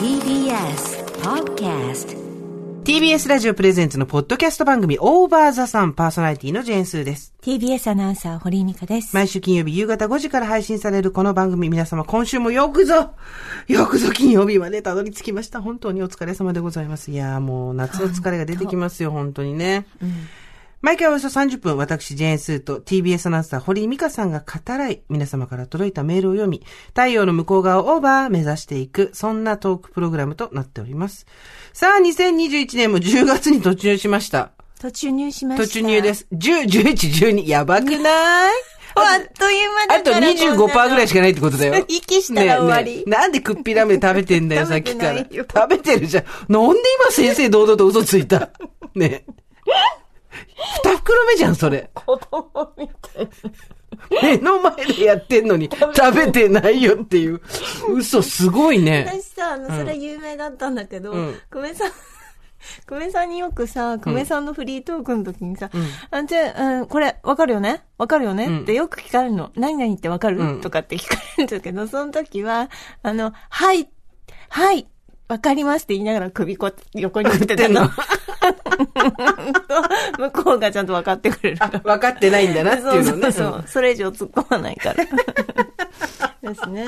TBS Podcast TBS ラジオプレゼンツのポッドキャスト番組オーバーザさんパーソナリティのジェーンスーです。 TBS アナウンサー、堀井美香です。毎週金曜日夕方5時から配信されるこの番組皆様今週もよくぞよくぞ金曜日までたどり着きました。本当にお疲れ様でございます。いやーもう夏の疲れが出てきますよ、本当にね。毎回およそ30分、私、ジェーンスーと TBS アナウンサー、堀井美香さんが語らい、皆様から届いたメールを読み、太陽の向こう側をオーバー目指していく、そんなトークプログラムとなっております。さあ、2021年も10月に突入しました。途中入しました。途中入で。す。10、11、12、やばくないあっという間あだとから25%ぐらいし。しかないってことだ よ息したら終わりねえねえなんでクッピラーメン食べてんだよ、さっ 食べきてなから。いよ食べてるじゃん。なんで今先生堂々と嘘つ いたねえ。二袋目じゃん、それ。子供みたい。目の前でやってんのに食べてないよっていう。嘘すごいね 私。さ、あの、それ有名だったんだけどうん、久米さん、 久米さんによくさ、久米さんのフリートークの時にさ、あんちゃん、うんこれ、わかるよねわかるよね、うんってよく聞かれるの。何々ってわかる、うんとかって聞かれるんだけど、その時は、あの、はい、はい、わかりますって言いながら首こ、横に振ってたの。 向こうがちゃんと分かってくれるかあら。分かってないんだなっていうのね。そうそうそう。それ以上突っ込まないから。 ですね。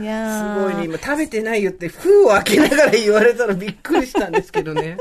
いやすごいーね。今食べてないよって封を開けながら言われたらびっくりしたんですけど ね。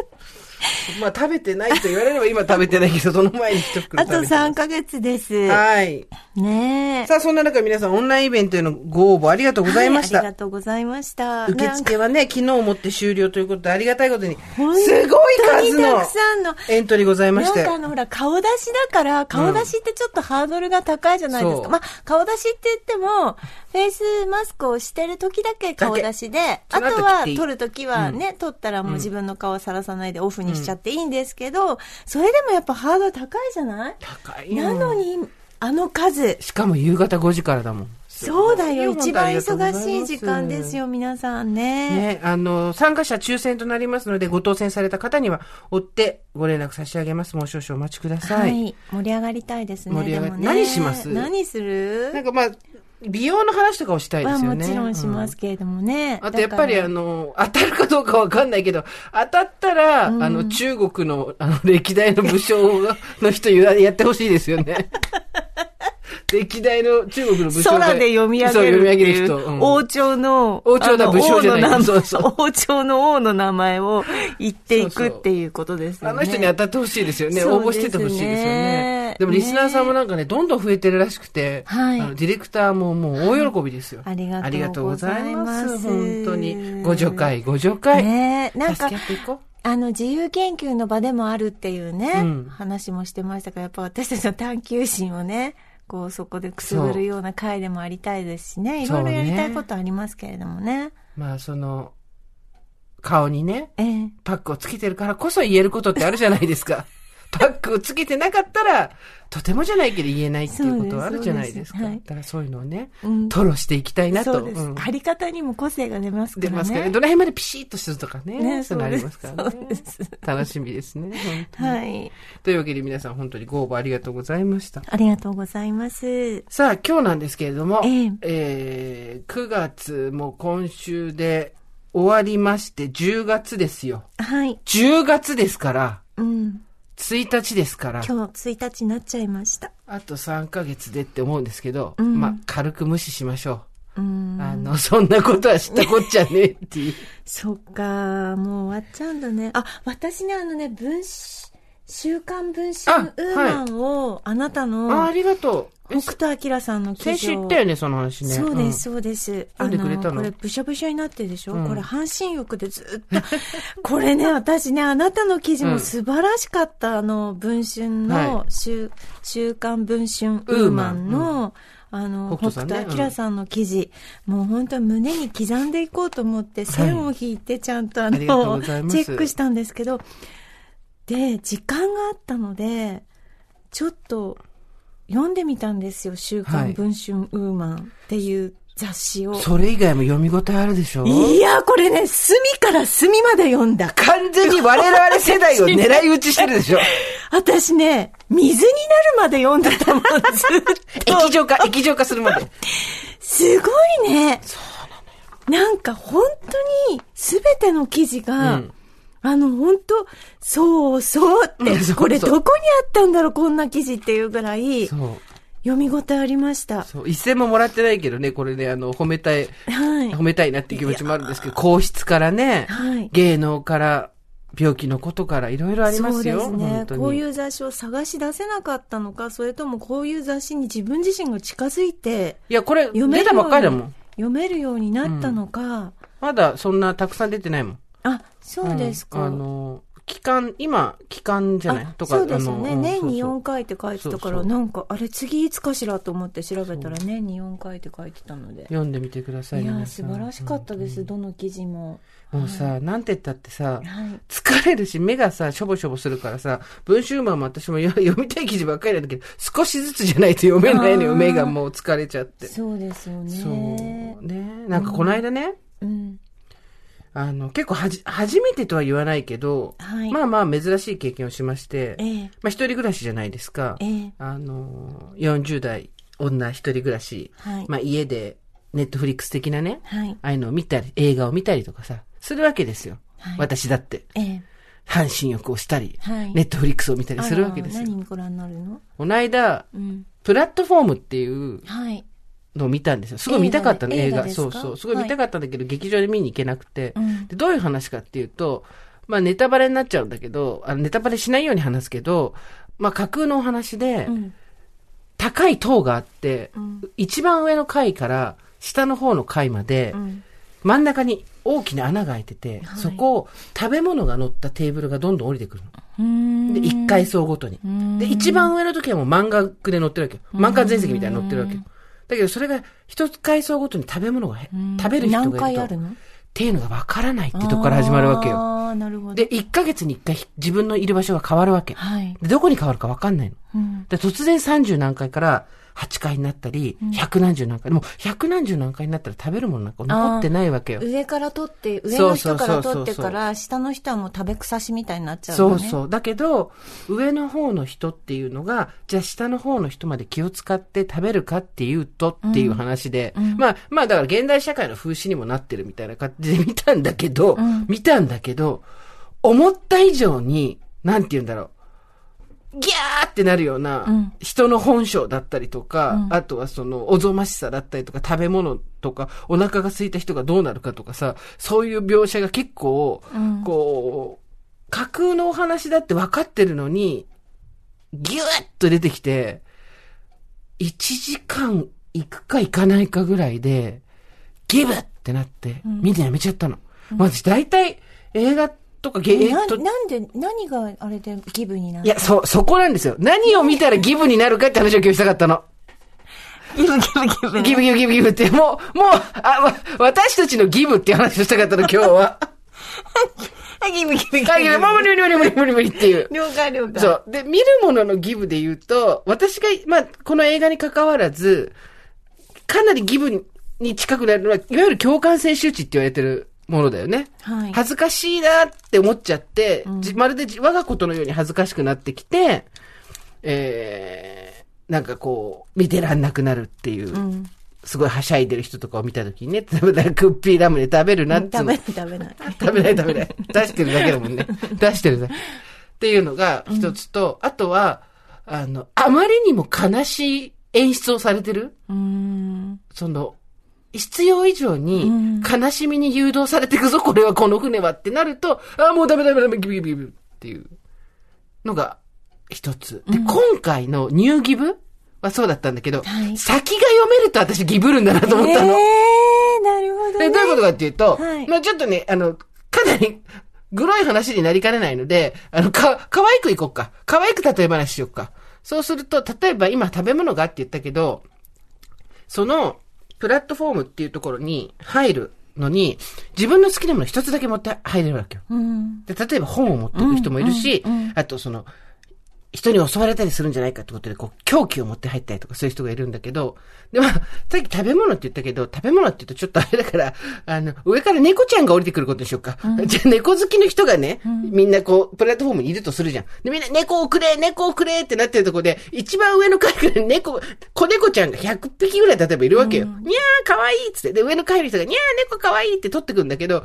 まあ食べてないと言われれば今食べてないけど、その前に一袋あ食べてとます3ヶ月です。はい。ねえ。さあ、そんな中皆さんオンラインイベントへのご応募ありがとうございましはあたり。がとうございました。受なんか付はね、昨日をもって終了ということで、ありがたいことに、すご本い数当にのたくさんのエントリーございまなしんて。かあのほら、顔出しだから、顔出しってちょっとハードルが高いじゃないですそか。うまあ、顔出しって言っても、フェイスマスクをしてる時だけ顔出しで、だあけとその後切っはていい撮る時はね、撮ったらもう自分の顔さらさないでオフにしちゃっていいんですけど、それでもやっぱハードル高いじゃない高いよなのに、あの数。しかも夕方5時からだもん。そうだよ。すごい一よ番忙しい時間です。よ、皆さんね。ね、あの、参加者抽選となりますので、ご当選された方には、追ってご連絡差し上げます。もう少々お待ちくださ。はいい。盛り上がりたいですね。盛り上がりでもね何します何するなんかまあ、美容の話とかをしたいではすよね。もちろんしますけれどもね。あとやっぱりだあからの、当たるかどうかわかんないけど、当たったら、あの、中国の、あの、歴代の武将がの人ややってほしいですよ ね。歴代の中国の武将が空で読み上そうげる読み上ってげるいう人。うん王朝の、王朝だあの武将じゃな王いの名前そうそう王朝の王の名前を言っていくっていうことですよあね。の人に当たってほしいですよね。そう応募しててほしいですよねね。でもリスナーさんもなんかね、どんどん増えてるらしくて、はいあのディレクターももう大喜びですよ。ありがとうございますありがとうございます本当に。ご助会、ご助会。ねなんか助け合、っていこう。あの、自由研究の場でもあるっていうね、うん話もしてましたから、やっぱ私たちの探求心をね、こう、そこでくすぐるような回でもありたいですしね、いそうろいろねやりたいことありますけれどもね。まあ、その、顔にね、ええ。パックをつけてるからこそ言えることってあるじゃないです か。パックをつけてなかったら、とてもじゃないけど言えないっていうことはあるじゃないですか。そうですそうですはいだからそういうのをね、うん吐露していきたいなと。そうです。うん貼り方にも個性が出ますから出ね。ますからね。どの辺までピシッとするとかね。ねそういうのありますからそうねで。すそうで楽しみですね。本当にはい。というわけで皆さん本当にご応募ありがとうございました。ありがとうございます。さあ、今日なんですけれども、えええー9月も今週で終わりまして、10月ですよ。はい。 10月ですから、うん。 1日ですから。今日1日になっちゃいました。あと3ヶ月でって思うんですけど、んまあ、軽く無視しましょうう。ん。あの、そんなことは知ったこっちゃねえっていう。そっか、もう終わっちゃうんだね。あ、私ね、あのね、分子、週刊文あ春ウーマンを、あなたあ、あの、りがとう。え北斗晶さんの記事を先週言ったよね、その話ね。そうです、そうです。読んでくれたのあこれ、ぶしゃぶしゃになってるでしょ、うんこれ、半身浴でずっと。 これね、私ね、あなたの記事も素晴らしかった。あの、文春はの、週週刊文春ウーマンウーの、あの、北北斗さんね斗晶さんの記事、もう本当に胸に刻んでいこうと思って、線を引いて、ちゃんとあありがとうの、ごチざいェますックしたんですけど、で、時間があったので、ちょっと、読んでみたんですよ、週は刊い文春ウーマンっていう雑誌を。うんそれ以外も読み応えあるでしょいや、これね、隅から隅まで読んだ。完全に我々世代 を狙い撃ちしてるでしょ私ね、水になるまで読んだと思う。ずっと液状化、液状化するまで。すごいね。そうなんか本当に全ての記事が、うんあの本当、そうそうっうんそうそて、うこれどこにあったんだろう、こんな記事っていうぐらい、そう。読み応えありました。そう。一銭ももらってないけどね、これね、あの、褒めたい、はい褒。めたいなっていう気持ちもあるんですけど、皇室からね、はい。芸能から、病気のことからいろいろありますよ。そうですね本当。にこういう雑誌を探し出せなかったのか、それともこういう雑誌に自分自身が近づいて、いや、これ、読め出るよたうにばっかりだもん。読めるようになったのか、まだそんなたくさん出てないもん。あ、そうですか。んあの、期間、今、期間じゃないあとか、そうですあよのね、うん年にそうそう4回って書いてたからそうそうなんかあれ次いつかしらと思って調べたら年に4回って書いてたので読んでみてくださいいや皆ーさ素ん晴らしかったです、どの記事ももうさ、なんて言ったってはさ、い疲れるし、目がさ、しょぼしょぼするからさ、文集マンも私もよ 読みたい記事ばっかりなんだけど、少しずつじゃないと読めないのあよ。ー目がもう疲れちゃって。そうですよそう。ねね。なんかこの間ね、うんあの、結構はじ、初めてとは言わないけど、はいまあまあ珍しい経験をしまして、ええまあ一人暮らしじゃないですか。ええあの、40代女一人暮らし、はい、まあ家で、ネットフリックス的なね、はいああいうのを見たり、映画を見たりとかさ、するわけですよ。はい私だって。ええ半身浴をしたり、はいネットフリックスを見たりするわけあでらすよ。何ご覧になるのこの間、うんプラットフォームっていうはいのを見たんですよ。すごい見たかったの、映映画。画でそう映画ですかそう。すごい見たかったんだけど、劇場で見に行けなくて、うんで。どういう話かっていうと、まあネタバレになっちゃうんだけど、あのネタバレしないように話すけど、まあ架空のお話で、うん高い塔があって、うん一番上の階から下の方の階まで、うん真ん中に大きな穴が開いてて、はいそこを食べ物が乗ったテーブルがどんどん降りてくるうーんの。で、一階層ごとに。で、一番上の時はもう漫画で載ってるわけよ。漫画全席みたいに載ってるわけよ。だけどそれが一階層ごとに食べ物がへうん食べる人がいると何回あるのっっていうのがわからないってとこから始まるわけよ。ああなるほどで、1ヶ月に1回自分のいる場所が変わるわけ。はい、で、どこに変わるかわかんないの。うんで、突然30何回から8回になったり、100何十何回。でも、100何十何回になったら食べるものなんか残ってないわけよ。上から取って、上そのう人そうそかうそらう取ってから、下の人はもう食べ草しみたいになっちゃうそのうね。う。そう。だけど、上の方の人っていうのが、じゃあ下の方の人まで気を使って食べるかっていうとっていう話で、まあ、まあだから現代社会の風刺にもなってるみたいな感じで見たんだけど、ん見たんだけど、思った以上に、なんて言うんだろう。ギャーってなるようう、なん人の本性だったりとか、うんあとはその、おぞましさだったりとか、食べ物とか、お腹が空いた人がどうなるかとかさ、そういう描写が結構、うんこう、架空のお話だって分かってるのに、ギュッと出てきて、1時間行くか行かないかぐらいで、ギブってなって、うん見てやめちゃったの。まあ私大体映画とかゲーなとなんで、何があれでギブになるいや、そ、そこなんですよ。何を見たらギブになるかって話を今日したかったの。ギブ、ギブ、ギギブギブギブギブって、もう、もう、あ、わ私たちのギブって話をしたかったの、今日 は。ブ、ギブ、ギ ブ、ギあ、ギブ、もう無理無理無理無理無理っていう。了解了 解。そう。で、見るもののギブで言うと、私が、まあ、この映画に関わらず、かなりギブに近くなるのは、いわゆる共感性周知って言われてるものだよね。はい。恥ずかしいなって思っちゃって、じまるでじ我がことのように恥ずかしくなってきて、えー、なんかこう、見てらんなくなるっていう、んすごいはしゃいでる人とかを見たときにね、 例えばクッピーラムネ食べるなっつう食のべない、食べない。 食べない食べない。出してるだけだもんね。出してるだけ。っていうのが一つと、あとは、あの、あまりにも悲しい演出をされてるうーん。その、必要以上うにん悲しみに誘導されていくぞ、これは、この船はってなると、ああ、もうダメダメダメ、ギブギブギブっていうのが一つ。で、今回のニューギブはそうだったんだけはど、い先が読めると私ギブるんだなと思ったの。えー、なるほど、ね。で、どういうことかっていうと、はいまあちょっとね、あの、かなり、 グロい話になりかねないので、あの、か、可愛くいこうか。可愛く例え話しようか。そうすると、例えば今食べ物があって言ったけど、その、プラットフォームっていうところに入るのに、自分の好きなもの一つだけ持って入れるわけよ。うん。で、例えば本を持っていく人もいるし、うんうんうんあとその、人に襲われたりするんじゃないかってことで、こう、凶器を持って入ったりとかそういう人がいるんだけど、で、まあ、 さっき食べ物って言ったけど、食べ物って言うとちょっとあれだから、 あの、上から猫ちゃんが降りてくることにしようか。じゃあ猫好きの人がね、みんなこう、プラットフォームにいるとするじゃん。で、みんな猫をくれ猫をくれってなってるとこで、一番上の階から猫、子猫ちゃんが100匹ぐらい例えばいるわけよ。にゃーかわいいっつって。で、上の階の人が、にゃー猫かわいいって取ってくんだけど、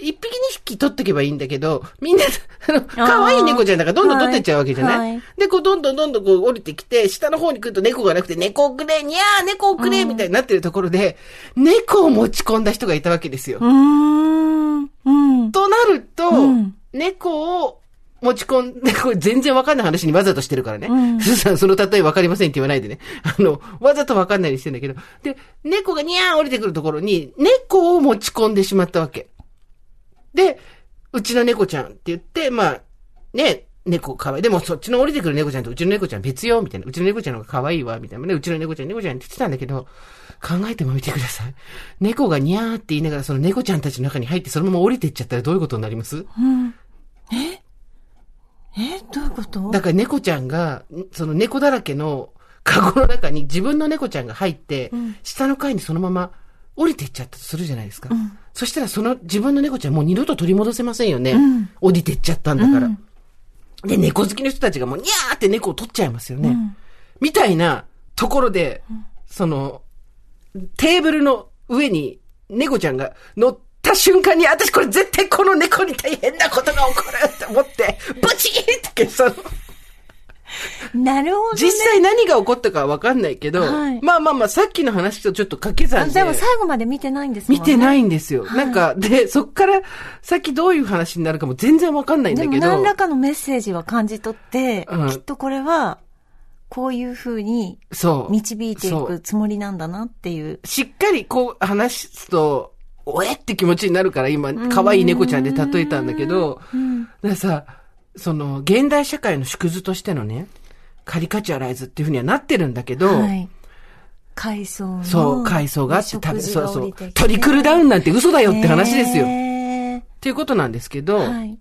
一匹二匹取ってけばいいんだけど、みんな、あの、かわいい猫ちゃんだからどんどん取ってっちゃうわけじゃない、はいはいで、こう、どんどんどんどんこう降りてきて、下の方に来ると猫がなくて、猫をくれ、にゃー、猫をくれ、みたいになってるところで、猫を持ち込んだ人がいたわけですよ。うーん。うん。となると、うん猫を持ち込ん で、これ全然わかんない話にわざとしてるからね。うんすずさん、 その例えわかりませんって言わないでね。 あの、わざとわかんないようにしてんだけど。で、猫がにゃー降りてくるところに、猫を持ち込んでしまったわけ。で、うちの猫ちゃんって言って、まあ、ね、猫可愛い。でもそっちの降りてくる猫ちゃんとうちの猫ちゃん別よ、みたいな。うちの猫ちゃんの方が可愛いわ、みたいなね。うちの猫ちゃん、猫ちゃんって言ってたんだけど、考えてもみてください。猫がニャーって言いながらその猫ちゃんたちの中に入ってそのまま降りてっちゃったらどういうことになりますうん。ええどういうことだから猫ちゃんが、んその猫だらけのカゴの中に自分の猫ちゃんが入って、下の階にそのまま降りていっちゃったとするじゃないですか。そしたらその自分の猫ちゃんもう二度と取り戻せませんよね。ん降りていっちゃったんだから。で、猫好きの人たちがもうニャーって猫を取っちゃいますよね。んみたいなところで、その、テーブルの上に猫ちゃんが乗った瞬間に、私これ絶対この猫に大変なことが起こるって思って、ブチーってその、なるほどね。 実際何が起こったかはわかんないけど、はいまあまあまあ、さっきの話とちょっと掛けあ算で。でも最後まで見てないんですもん見ねてないんですよ。なんか、で、そっから先どういう話になるかも全然わかんないんだでけもど。何らかのメッセージは感じ取って、うんきっとこれは、こういう風にそう。導いていそうくつもりなんだなっていう。しっかりこう話すと、おえって気持ちになるから今、可愛い猫ちゃんで例えたんだけど、だからさ、その、現代社会の縮図としてのね、カリカチュアライズっていうふうにはなってるんだけど、はい。階層の。そう、階層があって、食べ、そうそ降うりてき、てトリクルダウンなんて嘘だよって話ですよ。ねっていうことなんですけど、えはい。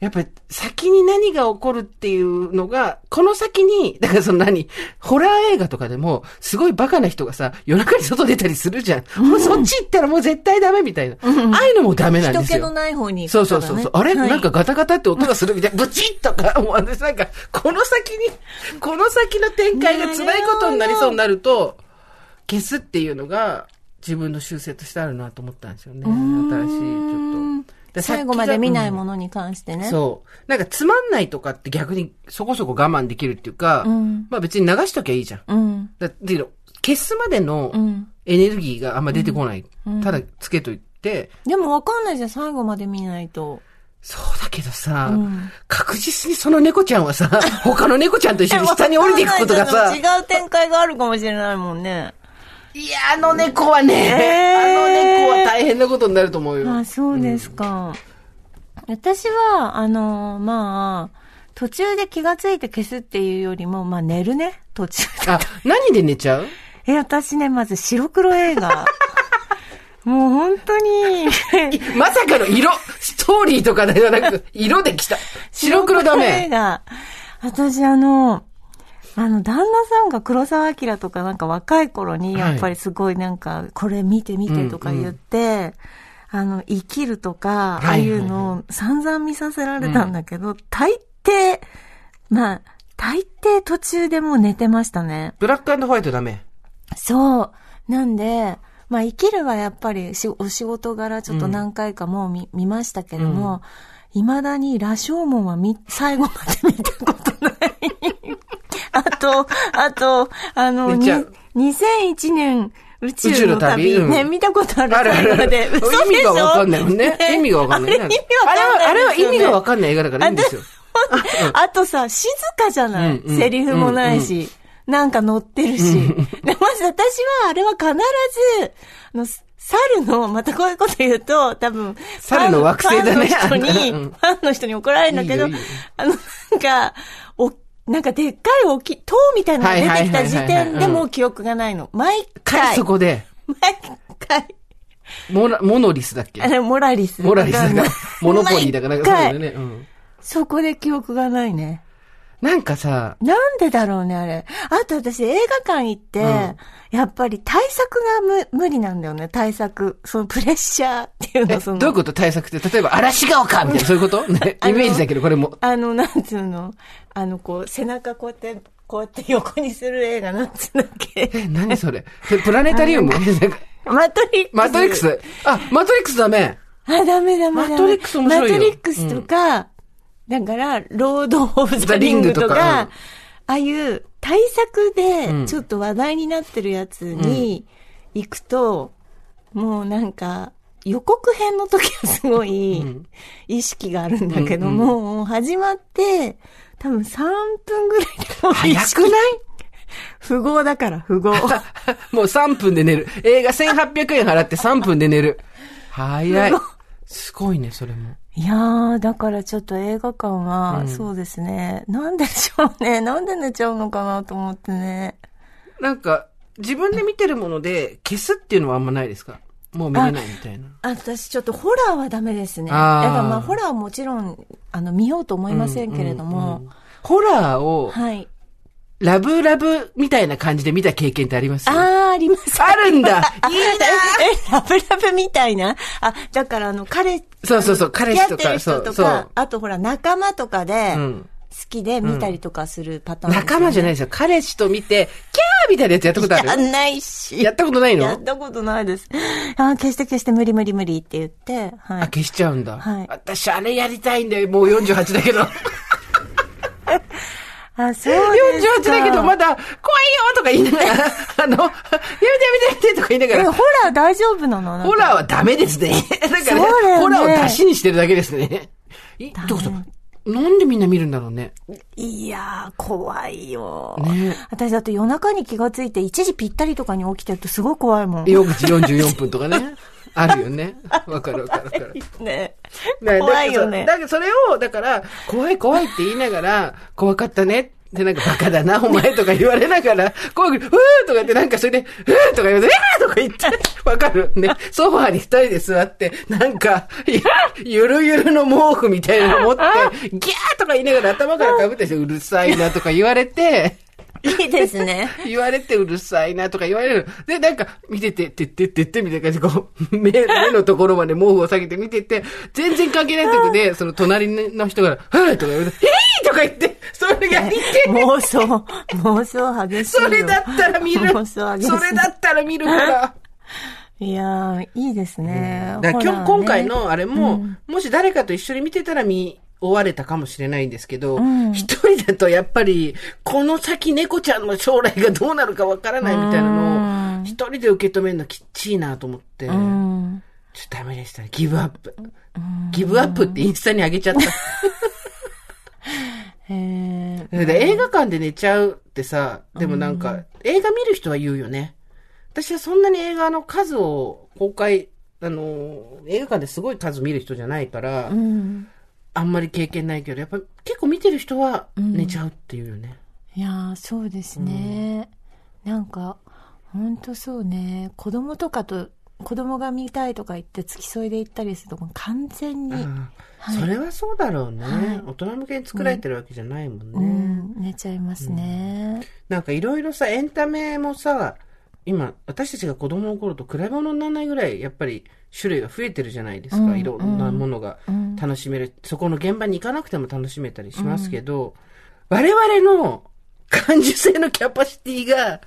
やっぱり先に何が起こるっていうのが、この先に、 だからその何、ホラー映画とかでも、すごいバカな人がさ、夜中に外出たりするじゃん。もうそっち行ったらもう絶対ダメみたいな。ああいうのもダメなん人です気のよ。ない方に行そうくかそうらねそうそう。あれ、はいなんかガタガタって音がするみたいな。ブチッとか、もう私なんか、この先に、この先の展開が辛いことになりそうになると、消すっていうのが、自分の修正としてあるなと思ったんですよね。新しい、ちょっと。で最後まで見ないさっきがうんものに関してね。そう。なんかつまんないとかって逆にそこそこ我慢できるっていうか、うんまあ別に流しときゃいいじゃん。うん。だっていうの消すまでのうん。エネルギーがあんま出てこない。うんただつけといて、でもわかんないじゃん、最後まで見ないと。そうだけどさ、うん確実にその猫ちゃんはさ、 他の猫ちゃんと一緒に下に降りていくことがわかんさない、けど違う展開があるかもしれないもんね。いや、あの猫はね、えーあの猫は大変なことになると思うよ。あ、そうですか。私は、あの、まあ、途中で気がついて消すっていうよりも、まあ寝るね、途 中で。あ、何で寝ちゃうえ、私ね、まず白黒映 画。もう本当に、 まさかの色、ストーリーとかではなく、色で来た。白黒ダメ映。画。私あの、あの、旦那さんが黒澤明とかなんか若い頃に、はいやっぱりすごいなんか、これ見て見てとか言って、あの、生きるとか、ああはいはいはいいうのを散々見させられたんだけど、大抵、まあ、大抵途中でもう寝てましたね。ブラックホワイトダメ。そう。なんで、まあ、生きるはやっぱりし、お仕事柄ちょっと何回かもう見,、見ましたけども、未だに羅生門は見、最後まで見たことない。あと、あと、あの、寝ちにゃう2001年、宇宙の宇宙旅の旅うんね、見たことあるあるある最後まで。嘘でしょ意味がわかんないもんね。意味がわかんない。あれ意味わかんない、あれは、あれは意味がわかんない映画だからいいんですよ。あとさ、静かじゃない、うんうんセリフもないし、なんか乗ってるし。でまず私は、あれは必ず、あの、猿の、またこういうこと言うと、多分、猿の惑星だねファンの人に、あんたうんファンの人に怒られるんだけど、いいよいいよあの、なんか、お、なんかでっかい大きい塔みたいなのが出てきた時はいはいはいはい点はいでうんもう記憶がないの。毎か回、そ毎こで、回、モラモノリスだっけあれ、モラリス。 モラリスだから、モノポリーだから、なんかそうだよ毎ね。うんそこで記憶がないね。なんかさ、なんでだろうね、あれ。あと私映画館行って、うんやっぱり対策がむ無理なんだよね、対策。そのプレッシャーっていうの、えどそうの。いうこと対策って、例えば、嵐が丘みたいな、そういうこと、 ね、あイのメージだけど、これも。あの、なんつうのあの、こう、背中こうやって、こうやって横にする映画、なんつうんだっけえ、何それそれプラネタリウムなんかマトリックス。マトリックス。あ、マトリックスダメ。あ、ダメダメダメ。マトリックス面白いよマトリックスとか、だから、ロード・オブ・ザ・リングとか、ザリングとかうんああいう対策うでん、ちょっと話題になってるやつに行くと、もうなんか、予告編の時はすごい意識があるんだけど、うんうんもう始まって、多分3分ぐらいでもう意早識くない不合だから、不合。 もう3分で寝る。映画1800円払って3分で寝る。早い。すごいね、それも。いやー、だからちょっと映画館は、うんそうですね。なんでしょうね。 なんで寝ちゃうのかなと思ってね。なんか、自分で見てるもので消すっていうのはあんまないですかもう見れないみたいな。あ私ちょっとホラーはダメですね。だあーからまあホラーはもちろん、あの、見ようと思いませんけれども。うんうんうんホラーを、はい。ラブラブみたいな感じで見た経験ってありますあー、あります。 あるんだいいえ、ラブラブみたいな。あ、だからあの、彼、そうそうそう、彼氏と付き合ってるか、そ人う、とそかう、。あとほら、仲間とかでう、ん。好きで見たりとかするパターン、仲間じゃないですよ。彼氏と見て、キャーみたいなやつやったことあやるん ないし。やったことないやのったことないです。あー消して消して無理無理無理って言って、はあ、い。消しちゃうんだ。はい私、あれやりたいんだよ。もう48だけど。48 あ、そうですか。だけど、まだ、怖いよとか言いながら、あの、やめてやめてやめてとか言いながえ、ら、ホラー大丈夫なの ホラーはダメです ね。だからねそうだよねホラーを出しにしてるだけですね。いってことなんでみんな見るんだろうね。いやー、怖いよ、ね私だって夜中に気がついて、1時ぴったりとかに起きてるとすごい怖いもん。 4口44分とかね。あるよね。わかるわかるわかる。ねね怖いよねだ。けどそれを、だから、怖い怖いって言いながら、怖かったね。で、なんか、バカだな、お前とか言われながら、怖く、うーとか言って、なんかそれで、うーとか言われて、うーとか言って、わかるね。ソファーに二人で座って、なんか、いやゆるゆるの毛布みたいなの持って、ギャーとか言いながら頭からかぶって、うるさいなとか言われて、いいです ね。言われてうるさいなとか言われる。で、なんか、見てて、てってってってみたいな感じで、こう、 目、目のところまで毛布を下げて見てて、全然関係ないとこで、その隣の人から、はいとか言われて、えいとか言って、それが見て、妄想、妄想激しいよ。それだったら見る。妄想激しい。それだったら見るから。いやー、いいですね。だから今日ホラーね今回、のあれも、もし誰かと一緒に見てたら見終われたかもしれないんですけど、一人だとやっぱり、この先猫ちゃんの将来がどうなるかわからないみたいなのを、一人で受け止めるのきっちいなと思って、うん。ちょっとダメでしたね。ギブアップ。ギブアップってインスタに上げちゃった。へーで映画館で寝ちゃうってさ、でもなんか、映画見る人は言うよね。私はそんなに映画の数を公開、あの、映画館ですごい数見る人じゃないから、うん。あんまり経験ないけど、やっぱ結構見てる人は寝ちゃうっていうよね。いやーそうですね、なんかほんとそうね子供とかと子供が見たいとか言って付き添いで行ったりすると完全に、ああはいそれはそうだろうね、はい大人向けに作られてるわけじゃないもんね。うん、寝ちゃいますね、なんかいろいろさ、エンタメもさ、今、私たちが子供の頃と比べ物にならないぐらい、やっぱり種類が増えてるじゃないですか。うんいろんなものがうん楽しめる、そこの現場に行かなくても楽しめたりしますけど、我々の感受性のキャパシティが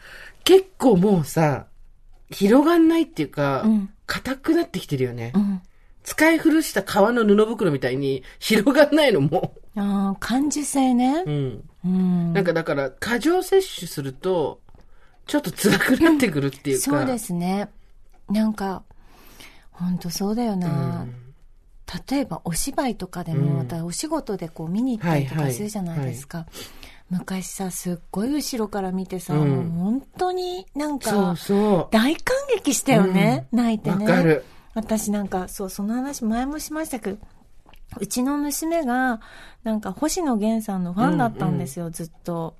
結構もうさ、広がんないっていうかうん、硬、くなってきてるよね。うん使い古した革の布袋みたいに広がんないのも。ああ感受性ねうんうんなんかだから、過剰摂取すると、ちょっと辛くなってくるっていうか。そうですねなんかほんとそうだようん。な、例えばお芝居とかでも、うんまたお仕事でこう見に行ったりとかするじゃないですか、昔さすっごい後ろから見てさ、うんもう本当になんそかうそ。大感激したよね、泣いうてわねかる。私なんかそうその話前もしましたけどうちの娘がなんか星野源さんのファンだったんですよ、ずっと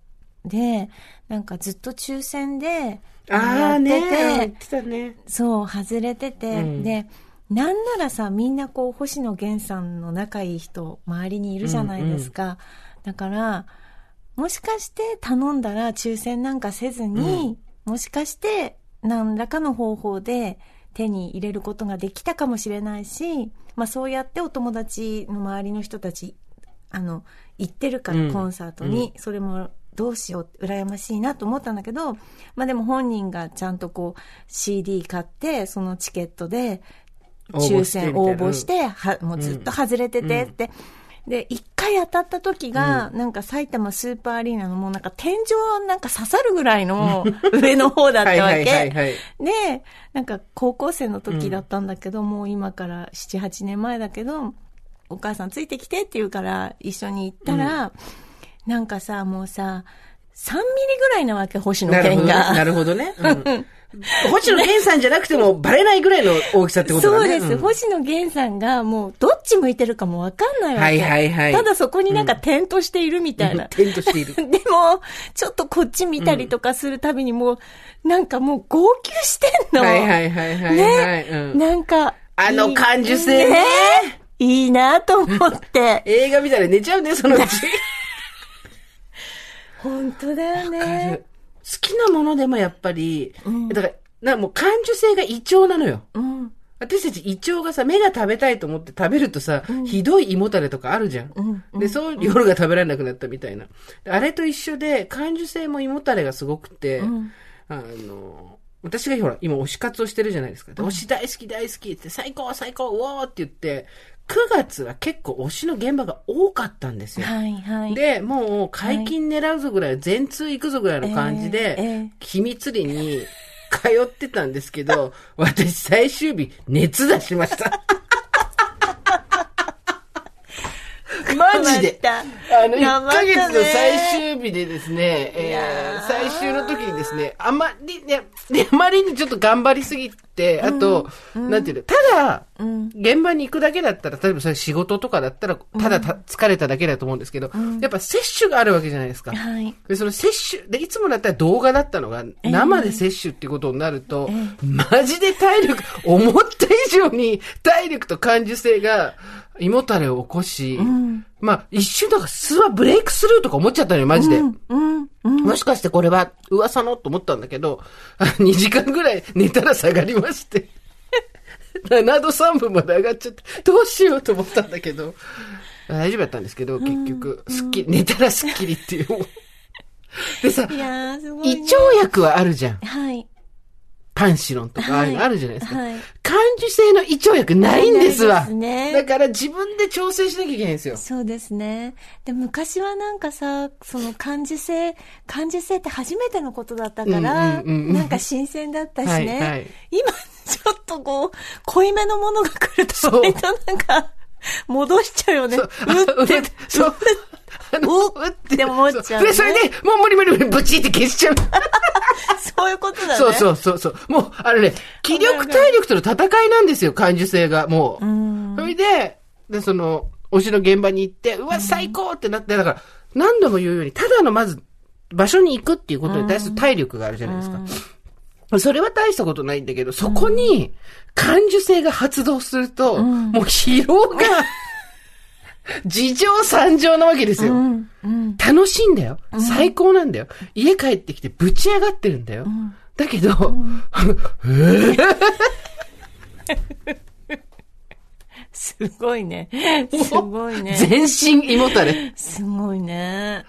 でなんかずっと抽選でああねやってて言ってたね。そう、外れてて、うんで、なんならさ、みんなこう、星野源さんの仲いい人、周りにいるじゃないですか。だから、もしかして頼んだら抽選なんかせずに、もしかして何らかの方法で手に入れることができたかもしれないし、まあそうやってお友達の周りの人たち、あの、行ってるかうんらコンサートに、それもどうしよう、羨ましいなと思ったんだけど、まあでも本人がちゃんとこう CD 買って、そのチケットで抽選応募し。て、は、もうずっと外れててって。で、一回当たった時が、なんか埼玉スーパーアリーナのもうなんか天井なんか刺さるぐらい の上の方だっはいたわはいはいけ。はい。 で、なんか高校生の時だったんだけど、もう今から7、8年前だけど、お母さんついてきてって言うから一緒に行ったら、なんかさ、もうさ、3ミリぐらいなわけ、星野なるほ源どね。が。なるほどね。うん 星野源さんじゃなくてもバレないぐらいの大きさってことそだうね。です、星野源さんがもうどっち向いてるかもわかんないわけ。はいはいはいただそこになんか点としているみた いな。テントしているで。も、ちょっとこっち見たりとかするたびにもう、なんかもう号泣して んの。はいはいはいはいはい。ね、うんなんか。あのいい感受性ねねいいなと思 って。映画見たら寝ちゃうね、そのうち。本当だよ好ね。きなものでもやっぱり、だから、なもう感受性が異常なのよ。うん。私たち胃腸がさ、目が食べたいと思って食べるとさ、ひどい胃もたれとかあるじゃん。で、そう、夜が食べられなくなったみたいな。であれと一緒で、感受性も胃もたれがすごくて、あの、私がほら、今推し活をしてるじゃないですか。で推し大好き大好きって、最高最高うおーって言って、9月は結構推しの現場が多かったんですよ。はいはい。で、もう解禁狙うぞぐらい、全通行くぞぐらいの感じで、えーえー秘密裏に通ってたんですけ ど、私最終日熱出しました。マジで。 困あったの、や1ばかっヶたね月の最終日でですね、いえやーー最終の時にですね、あまり、ね、ねあまりにちょっと頑張りすぎて、あと、なんていうの、ただ、うん。現場に行くだけだったら、例えばそれ仕事とかだったら、ただた疲れただけだと思うんですけど、やっぱ摂取があるわけじゃないですか。はい。で、その摂取、で、いつもだったら動画だったのが、生で摂取っていうことになると、マジで体力、思った以上に体力と感受性が胃もたれを起こし、まあ、一瞬だから数はブレイクスルーとか思っちゃったのよ、マジで。うん。うん。もしかしてこれは噂のと思ったんだけど、2時 間ぐらい寝たら下がりまして。7度3分まで上がっちゃって、どうしようと思ったんだけど、大丈夫だったんですけど、結局、すっきり、寝たらすっきりっていう。 でさ、いやー、すごい、胃ね。腸薬はあるじゃん。はい。パンシロンとかああいうのあるじゃないですか。はいはい感受性の胃腸薬ないんですわ。ないですねだから自分で調整しなきゃいけないんですよ。そうですね。で、昔はなんかさ、その感受性、感受性って初めてのことだったから、うんうんうんうんなんか新鮮だったしね。はいはい今、ちょっとこう、濃いめのものが来ると、割となんか、戻しちゃうよね。そう、うって、 そう、あのうって思っちゃうそねで、それで、もう無理無理無理、ブチって消しちゃう。そういうことだね。そうそうそうそう。もう、あれね、気力体力との戦いなんですよ、感受性が、もう。それで、で、その、推しの現場に行って、うわ、最高ってなって、だから、何度も言うように、ただのまず、場所に行くっていうことに対する体力があるじゃないですか。それは大したことないんだけど、そこに、感受性が発動すると、もう疲労が、事情三乗なわけですよ。うん。うん。楽しいんだよ。最高なんだよ。家帰ってきてぶち上がってるんだよ。だけど、すごいね。すごいね。全身胃もたれ。すごいね。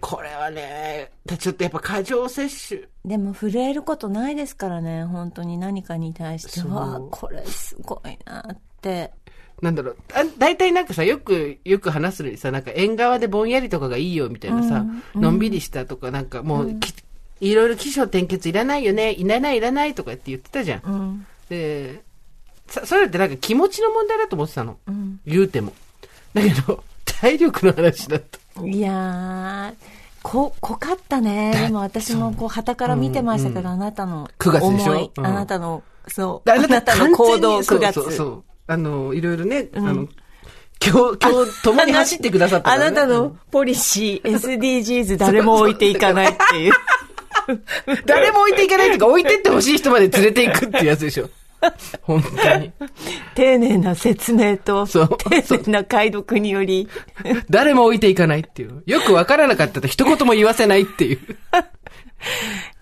これはね、ちょっとやっぱ過剰摂取。でも震えることないですからね、本当に何かに対してそうは、これすごいなって。なんだろうあ、大体なんかさ、よく、よく話すのにさ、なんか縁側でぼんやりとかがいいよみたいなさ、のんびりしたとか、なんかもう、きいろいろ起承転結いらないよね、いらないいらないとかって言ってたじゃん。うん。で、さ、それってなんか気持ちの問題だと思ってたの。言うても。だけど、体力の話だった。いやー、こ、濃かったね。でも私もこう、旗から見てましたけど、あなたの九月でしょ思い、うんあなたの、そう、であなたの行動完9全に月。そうそうそう。あの、いろいろね、あの、今日、今日、共に走ってくださったかあら、ね。なたのポリシー、SDGs 誰も置いていかないっていう。誰も置いていかないとか、置いてってほしい人まで連れていくっていうやつでしょ。本当に。丁寧な説明と、そう丁寧な解読により、誰も置いていかないっていう。よくわからなかったと一言も言わせないっていう。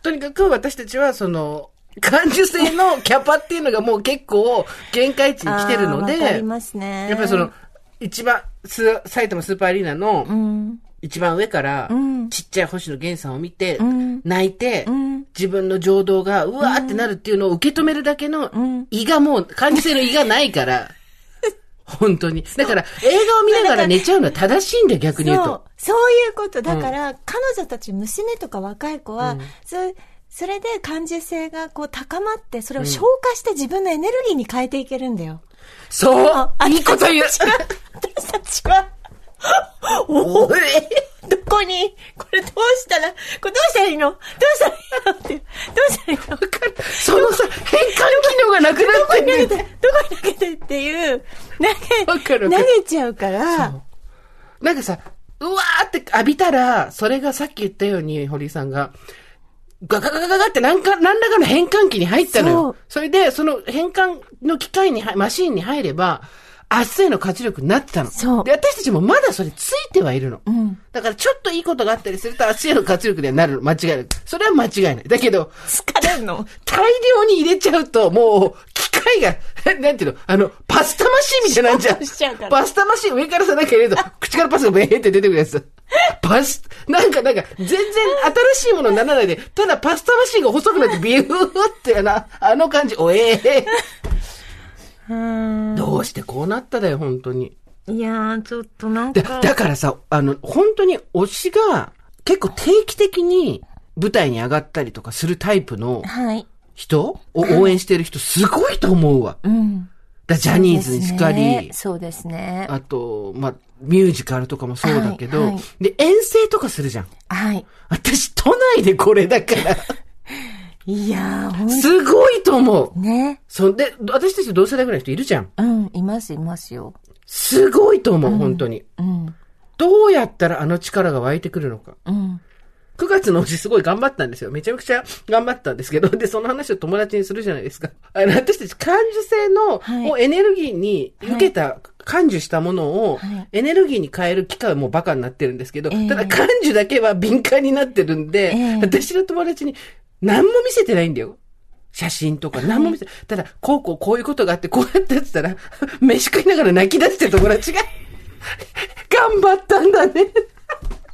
とにかく私たちはその、感受性のキャパっていうのがもう結構限界値に来てるのあで、ーわかりますね。やっぱりその、、一番、す埼玉スーパーアリーナのうん、一番上から、んちっちゃい星野源さんを見て、ん泣いて、ん自分の情動が、うわーってなるっていうのを受け止めるだけのん胃がもう、感受性の胃がない から、本当に。だから、映画を見ながら寝ちゃうのは正しいんだよ、逆に言うそとう。、そういうこと。だから、彼女たち娘とか若い子は、そそれで感受性がこう高まって、それを消化して自分のエネルギーに変えていけるんだ よ。そうあいいこと言う私たち は、おいどこに、これどうしたら、これどうしたらいいのどうしたらいいのって、どうしたらいいのわかる。そのさ、変換機能がなくなどこってに投げんて、どだよこに投げてっていう、わ投か げ、る投わかるげちゃうから、なんかさ、うわーって浴びたら、それがさっき言ったように、堀井さんが、ガガガガガガって何か、何らかの変換器に入ったのそうよ。それで、その変換の機械に入、マシーンに入れば、明日への活力になってたの。そうで、私たちもまだそれついてはいるの。んだからちょっといいことがあったりすると、明日への活力にはなるの。間違いなく。それは間違いない。だけど、疲れるの。大量に入れちゃうと、もう、機械が、 なんていうの、あの、パスタマシンみたいになんじゃん。しちゃうからパスタマシン上からさ、なんか入れると、口からパスがベーって出てくるやつ。パス、なんか、なんか、全然新しいものにならないで、ただパスタマシンが細くなってビューってな、あの感じ、おええどうしてこうなっただよ、本当に。いやー、ちょっとなんでだからさ、あの、本当に推しが、結構定期的に舞台に上がったりとかするタイプの、はい。人を応援してる人すごいと思うわ。うん。だジャニーズにしかり、そうですね。あと、まあ、ミュージカルとかもそうだけど、はいはいで、遠征とかするじゃん。はい。私、都内でこれ だから、いやー、ほんすごいと思う。ね。そんで、私たちと同世代ぐらいの人いるじゃん。うん、います、いますよ。すごいと思う、本当に。うん、どうやったらあの力が湧いてくるのか。うん。 9月のうちすごい頑張ったんですよ。めちゃくちゃ頑張ったんですけど、 で、その話を友達にするじゃないですか。あの、私たち感受性の、はいをエネルギーに受けた、感受したものをはいエネルギーに変える機会はもうバカになってるんですけど、ええただ感受だけは敏感になってるんで、ええ私の友達に何も見せてないんだよ。写真とか何も見せて、ただ、こうこうこういうことがあって、こうやってやってたら、 飯食いながら泣き出して友達が、 頑張ったんだね。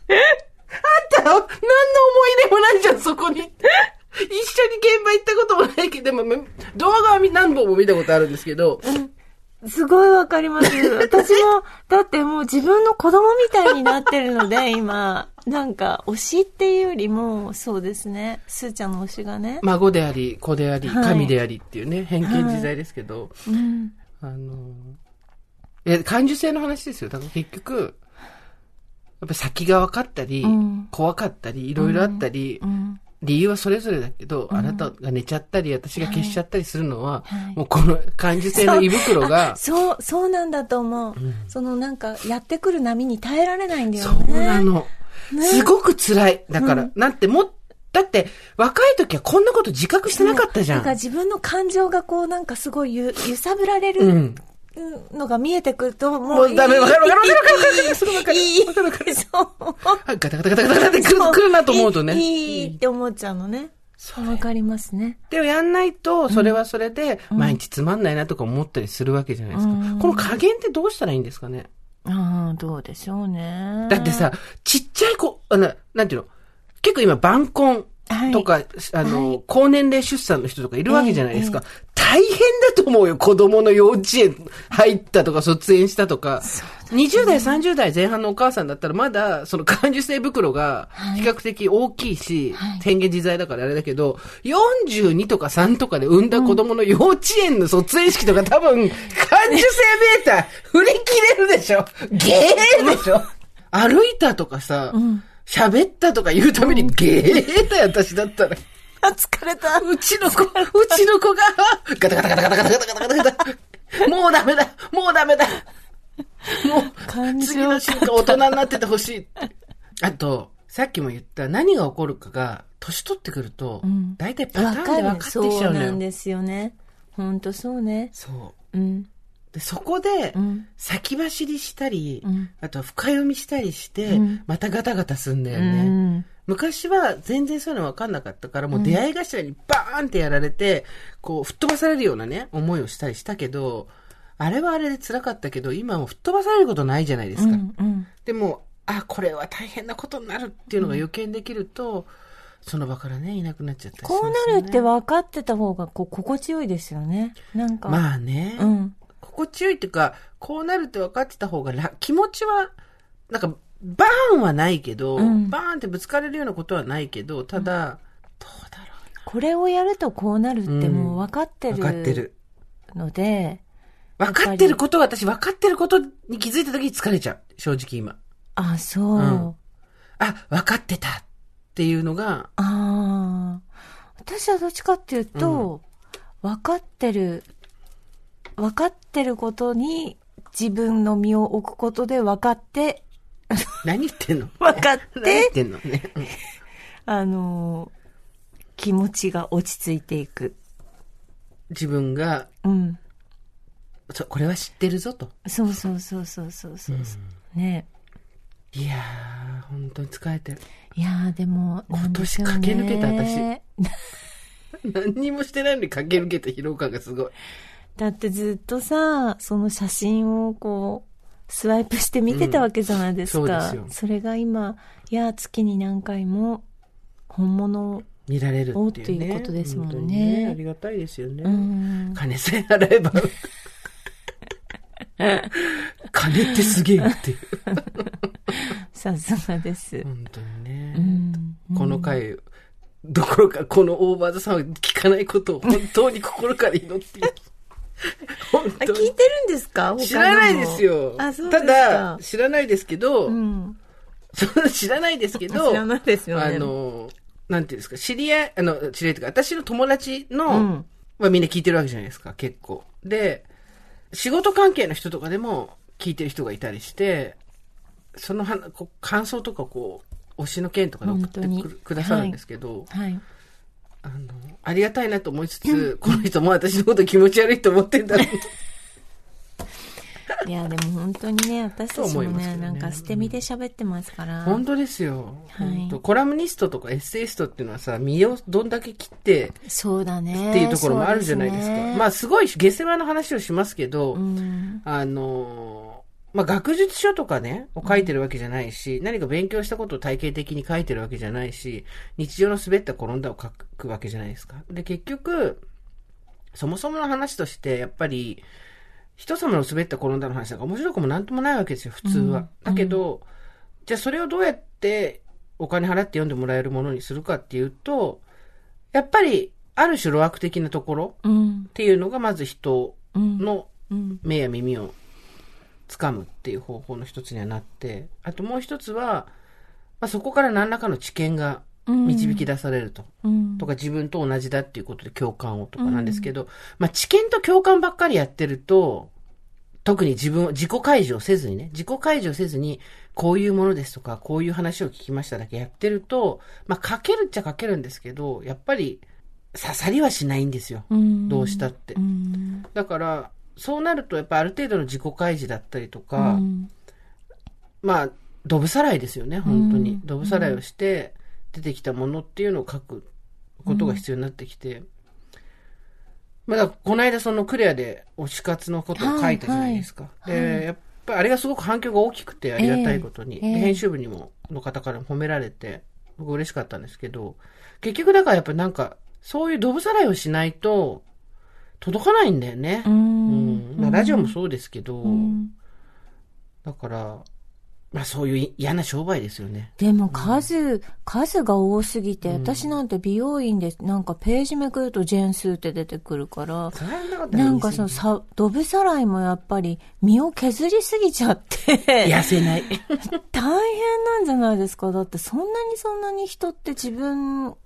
あんた、何の思い出もないじゃん、そこに。一緒に現場行ったこともないけど、でも、め動画はみ何本も見たことあるんですけど、すごいわかります。私も、だってもう自分の子供みたいになってるので、 今。なんか、推しっていうよりも、そうですね。すーちゃんの推しがね。孫であり、子であり、はい神でありっていうね、偏見自在ですけど、うん。あの、いや、感受性の話ですよ。だから結局、やっぱ先が分かったり、うん怖かったり、いろいろあったり、うん。理由はそれぞれだけど、あなたが寝ちゃったり、私が消しちゃったりするのは、はいもうこの感受性の胃袋が、そう、そうなんだと思う。そのなんか、やってくる波に耐えられないんだよそうね。なの。すごく辛い。だから、なんてもっ、だって、若い時はこんなこと自覚してなかったじゃだからん。自分の感情がこう、なんかすごいゆ揺さぶられうるん。のが見えてくると、ももうダメ、わかるわかるわかるわかるわかる。すごいわかる。いい、そう。ガタガタガタガタガタってくるそうくるなと思うとね。いいいいって思っちゃうのね。そうわかりますね。でもやんないと、それはそれで、毎日つまんないなとか思ったりするわけじゃないですか。うんこの加減ってどうしたらいいんですかね。ああ、どうでしょうね。だって、さ、ちっちゃい子、あの、なんていうの、結構今、晩婚はいとか、あの、はい高年齢出産の人とかいるわけじゃないですか。え大変だと思うよ、子供の幼稚園入ったとか、卒園したとか。20代、30代前半のお母さんだったら、まだ、その感受性袋が比較的大きいし、はい天元自在だからあれだけど、42とか3とかで産んだ子供の幼稚園の卒園式とか多分、感受性メーター、振り切れるでしょゲーでしょ歩いたとかさ、喋ったとか言うためにゲーだよ、私だったら。あ、疲れた。うちの子、うちの子が、ガタガタガタガタガタガタガタガタもうダメだもうダメだも感う、情次の瞬間大人になっててほしいって。あと、さっきも言った何が起こるかが、年取ってくると、大体パターンで分かってきちゃうわかるそうのなよ。んですよね。ほんとそうね。そう。うん。で、そこでう、ん。先走りしたり、うんあとは深読みしたりして、うんまたガタガタすんだようね。ん。昔は全然そういうの分かんなかったから、もう出会い頭にバーンってやられて、こう、吹っ飛ばされるようなね、思いをしたりしたけど、あれはあれで辛かったけど、今はもう吹っ飛ばされることないじゃないですか。うんうんでも、あ、これは大変なことになるっていうのが予見できると、その場からね、いなくなっちゃったりしこうますよねなるって分かってた方が、こう、心地よいですよね。なんか。まあね、うん。心地よいっていうか、こうなるって分かってた方が楽、気持ちは、なんか、バーンはないけど、うんバーンってぶつかれるようなことはないけど、ただ、どうだろう。これをやるとこうなるってもう分かって分かってるる。ので、分かってることが私分かってることに気づいた時に疲れちゃう。正直今。あ、そう。うんあ、分かってたっていうのが、ああ。私はどっちかっていうと、分かってる、分かってることに自分の身を置くことで分かって、何言ってんの分かっ、何言っててんのね。うん あのー気持ちが落ち着いていく。自分が、うん。そう、これは知ってるぞと。そうそうそうそうそうそう。うねいやー、本当に疲れてる。 いやーでも、なんでしょうね今年駆け抜。何にもしてないのに駆け抜けた疲労感がすごい。だってずっとさ、その写真をこう、スワイプして見てたわけじゃないですか。うんそうですよれが今、いや、月に何回も本物を、見られるっていう、ね。おっていうことですもんね本当にありがたいですよね。うん。金さえ払 えば。金ってすげえっていう。さすがです。本当にね。うん。この回、どころかこのオーバーザさんは聞かないことを本当に心から祈っ ている。本あ、聞当いてるに。んですか知らないです。よ。あそうでたすかだ、知らないですけど、他のもその知らないですけうん。ど、 知らないですよね。あ、の、なんていうんですか、知り合い、あの、知り合いというか、私の友達うの、ん。まあみんな聞いてるわけじゃないですか、結構。で、仕事関係の人とかでも聞いてる人がいたりして、そのはこう感想とかこう、推しの件とかで送っ本てく当にるくださるんですけど、はい。あの、ありがたいなと思いつつ、この人も私のこと気持ち悪いと思ってんだろうないや、でも本当にね、私たちとも思いますね、けどねなんか捨て身で喋ってますから。本当ですよ。はい本当コラムニストとかエッセイストっていうのはさ、身をどんだけ切ってそうだね。っていうところもあるじゃないですか。そうねまあすごい下世話の話をしますけど、うん。あのーまあ、学術書とかね、を書いてるわけじゃないし、何か勉強したことを体系的に書いてるわけじゃないし、日常の滑った転んだを書くわけじゃないですか。で、結局、そもそもの話として、やっぱり、人様の滑った転んだの話なんか面白くもなんともないわけですよ、普通は。うんだけど、じゃあそれをどうやってお金払って読んでもらえるものにするかっていうと、やっぱり、ある種、路悪的なところうんっ。ていうのが、まず人うん。のうん。目や耳をつかむっていう方法の一つにはなってあともう一つは、まあ、そこから何らかの知見が導き出されると、うんとか自分と同じだっていうことで共感をとかうんなんですけど、まあ、知見と共感ばっかりやってると特に自分を自己解除をせずにね自己解除をせずにこういうものですとかこういう話を聞きましただけやってると、まあ、書けるっちゃ書けるんですけどやっぱり刺さりはしないんですよんどうしたってうんだからそうなるとやっぱある程度の自己開示だったりとか、うんまあどぶさらいですよね本当うにんどぶさらいをして出てきたものっていうのを書くことが必要になってきて、まあだからこの間そのクレアで推し活のことを書いたじゃないですか、はいはいで、はいやっぱあれがすごく反響が大きくてありがたいことに、ええで編集部にもの方からも褒められて僕嬉しかったんですけど結局だからやっぱなんかそういうどぶさらいをしないと届かないんだよね、うんまあ、ラジオもそうですけど、うんだから、まあそういう嫌な商売ですよね。でも数、数が多すぎて、うん私なんて美容院でなんかページめくるとジェーンスーって出てくるから、大変なことなんかその痩さ、ドブさらいもやっぱり身を削りすぎちゃって、せない。 大変なんじゃないですかだってそんなにそんなに人って自分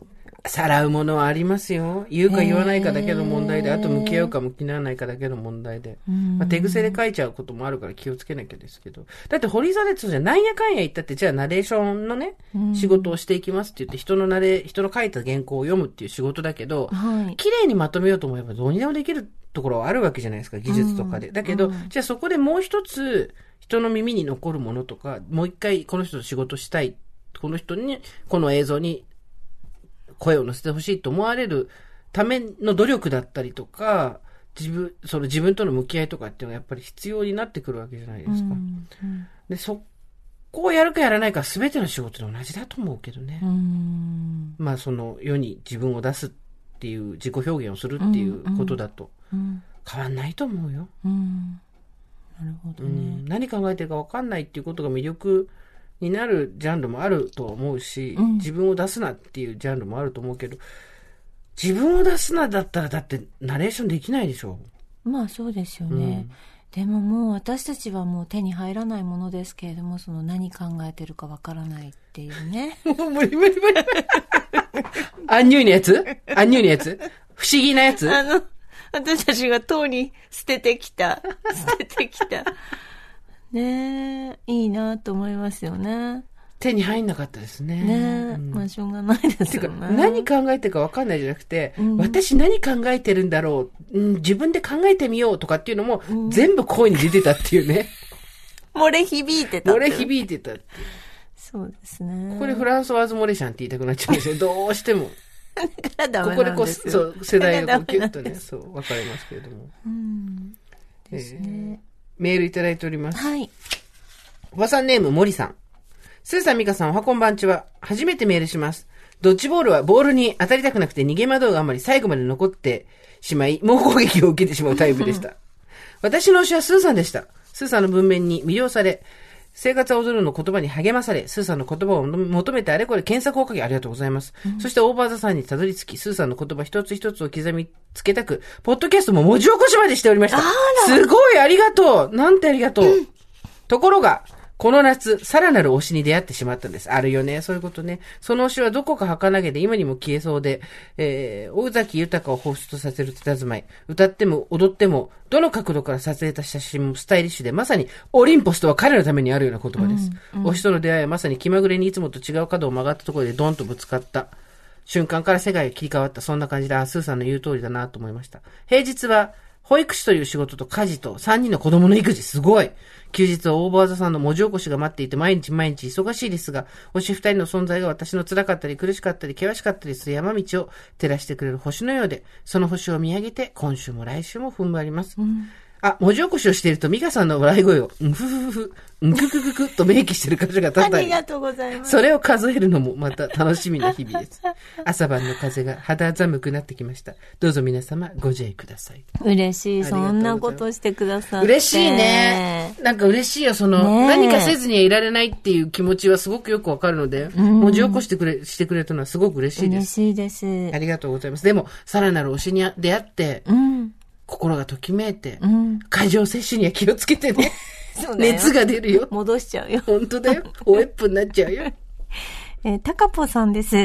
さらうものはありますよ。言うか言わないかだけの問題で、あと向き合うか向き合わないかだけの問題で。まあ、手癖で書いちゃうこともあるから気をつけなきゃですけど。だって堀井さんでそうじゃんなんやかんや言ったって、じゃあナレーションのね、仕事をしていきますって言って、人のナレ、人の書いた原稿を読むっていう仕事だけど、はい。綺麗にまとめようと思えばどうにでもできるところはあるわけじゃないですか、技術とかで。だけど、じゃあそこでもう一つ、人の耳に残るものとか、もう一回この人と仕事したい、この人に、この映像に声を乗せてほしいと思われるための努力だったりとか、自分、その自分との向き合いとかっていうのがやっぱり必要になってくるわけじゃないですか。うんうんで、そこをやるかやらないかは全ての仕事で同じだと思うけどね。うんまあその世に自分を出すっていう自己表現をするっていうことだとうん変わんないと思うよ。うんなるほどうね。ん、何考えてるか分かんないっていうことが魅力になるジャンルもあると思うし、うん自分を出すなっていうジャンルもあると思うけど、自分を出すなだったらだってナレーションできないでしょ。まあそうですよね。でももう私たちはもう手に入らないものですけれども、その何考えてるかわからないっていうね。も う無理無理無理。アンニュイのやつアンニュイのやつ不思議なやつ あの、私たちがとうに捨ててき た。捨ててきた。ねえ、いいなと思いますよね。手に入んなかったですね。ねえ、うんまあしょうがないですてかよね。何考えてるか分かんないじゃなくて、ん私何考えてるんだろう、うん、自分で考えてみようとかっていうのも、全部声に出てたってい うね。漏れ響いてた。漏れ響いてた。そうですね。これフランソワーズ・モレシャンって言いたくなっちゃうんで すよ。どうしても。ラダこメこでなんこう、ですよ。そう、世代がここうキれュ がダメなんッとね、そう、分かれますけれども。うん。ですね。メールいただいております。はい。おばさんネーム、森さん。スーさん、ミカさん、おはこんばんちは。初めてメールします。ドッジボールはボールに当たりたくなくて逃げ惑うあまり最後まで残ってしまい、猛攻撃を受けてしまうタイプで した。私の推しはスーさんでした。スーさんの文面に魅了され、生活は踊るの言葉に励まされ、スーさんの言葉を求めてあれこれ検索をかけありがとうございます。そしてオーバーザさんにたどり着き、スーさんの言葉一つ一つを刻みつけたく、ポッドキャストも文字起こしまでしておりました。すごいありがとうなんてありがとう、ところが、この夏、さらなる推しに出会ってしまったんです。あるよね。そういうことね。その推しはどこか儚げで今にも消えそうで、えー、大崎豊を彷彿とさせる佇まい。歌っても踊っても、どの角度から撮影した写真もスタイリッシュで、まさにオリンポスとは彼のためにあるような言葉です。推しとの出会いはまさに気まぐれにいつもと違う角を曲がったところでドンとぶつかった。瞬間から世界が切り替わった。そんな感じで、あ、スーさんの言う通りだなと思いました。平日は、保育士という仕事と家事と3人の子供の育児、すごい休日はオーバーザさんの文字起こしが待っていて毎日毎日忙しいですが、推し2人の存在が私の辛かったり苦しかったり険しかったりする山道を照らしてくれる星のようで、その星を見上げて今週も来週も踏ん張ります。あ、文字起こしをしていると美香さんの笑い声を、うんふふふふ、うんくくくくと明記してる箇所が多あ々ありりがとうございます。それを数えるのもまた楽しみな日 々です。朝晩の風が肌寒くなってきました。どうぞ皆様ご自愛ください。嬉しい。ありがとそうございますんなことしてくださって。嬉しいね。。なんか嬉しいよ、その、ねえ何かせずにはいられないっていう気持ちはすごくよくわかるので、文字起こしてくれ、してくれたのはすごく嬉しいで嬉す。しいですあ。りがとうございます。でも、さらなる推しに出会って、うん。心がときめいて、うん。過剰摂取には気をつけてね。 そうだよ熱が出るよ。戻しちゃうよ。本当だよ。おえっぷになっちゃうよ。えー、たかぽさんです。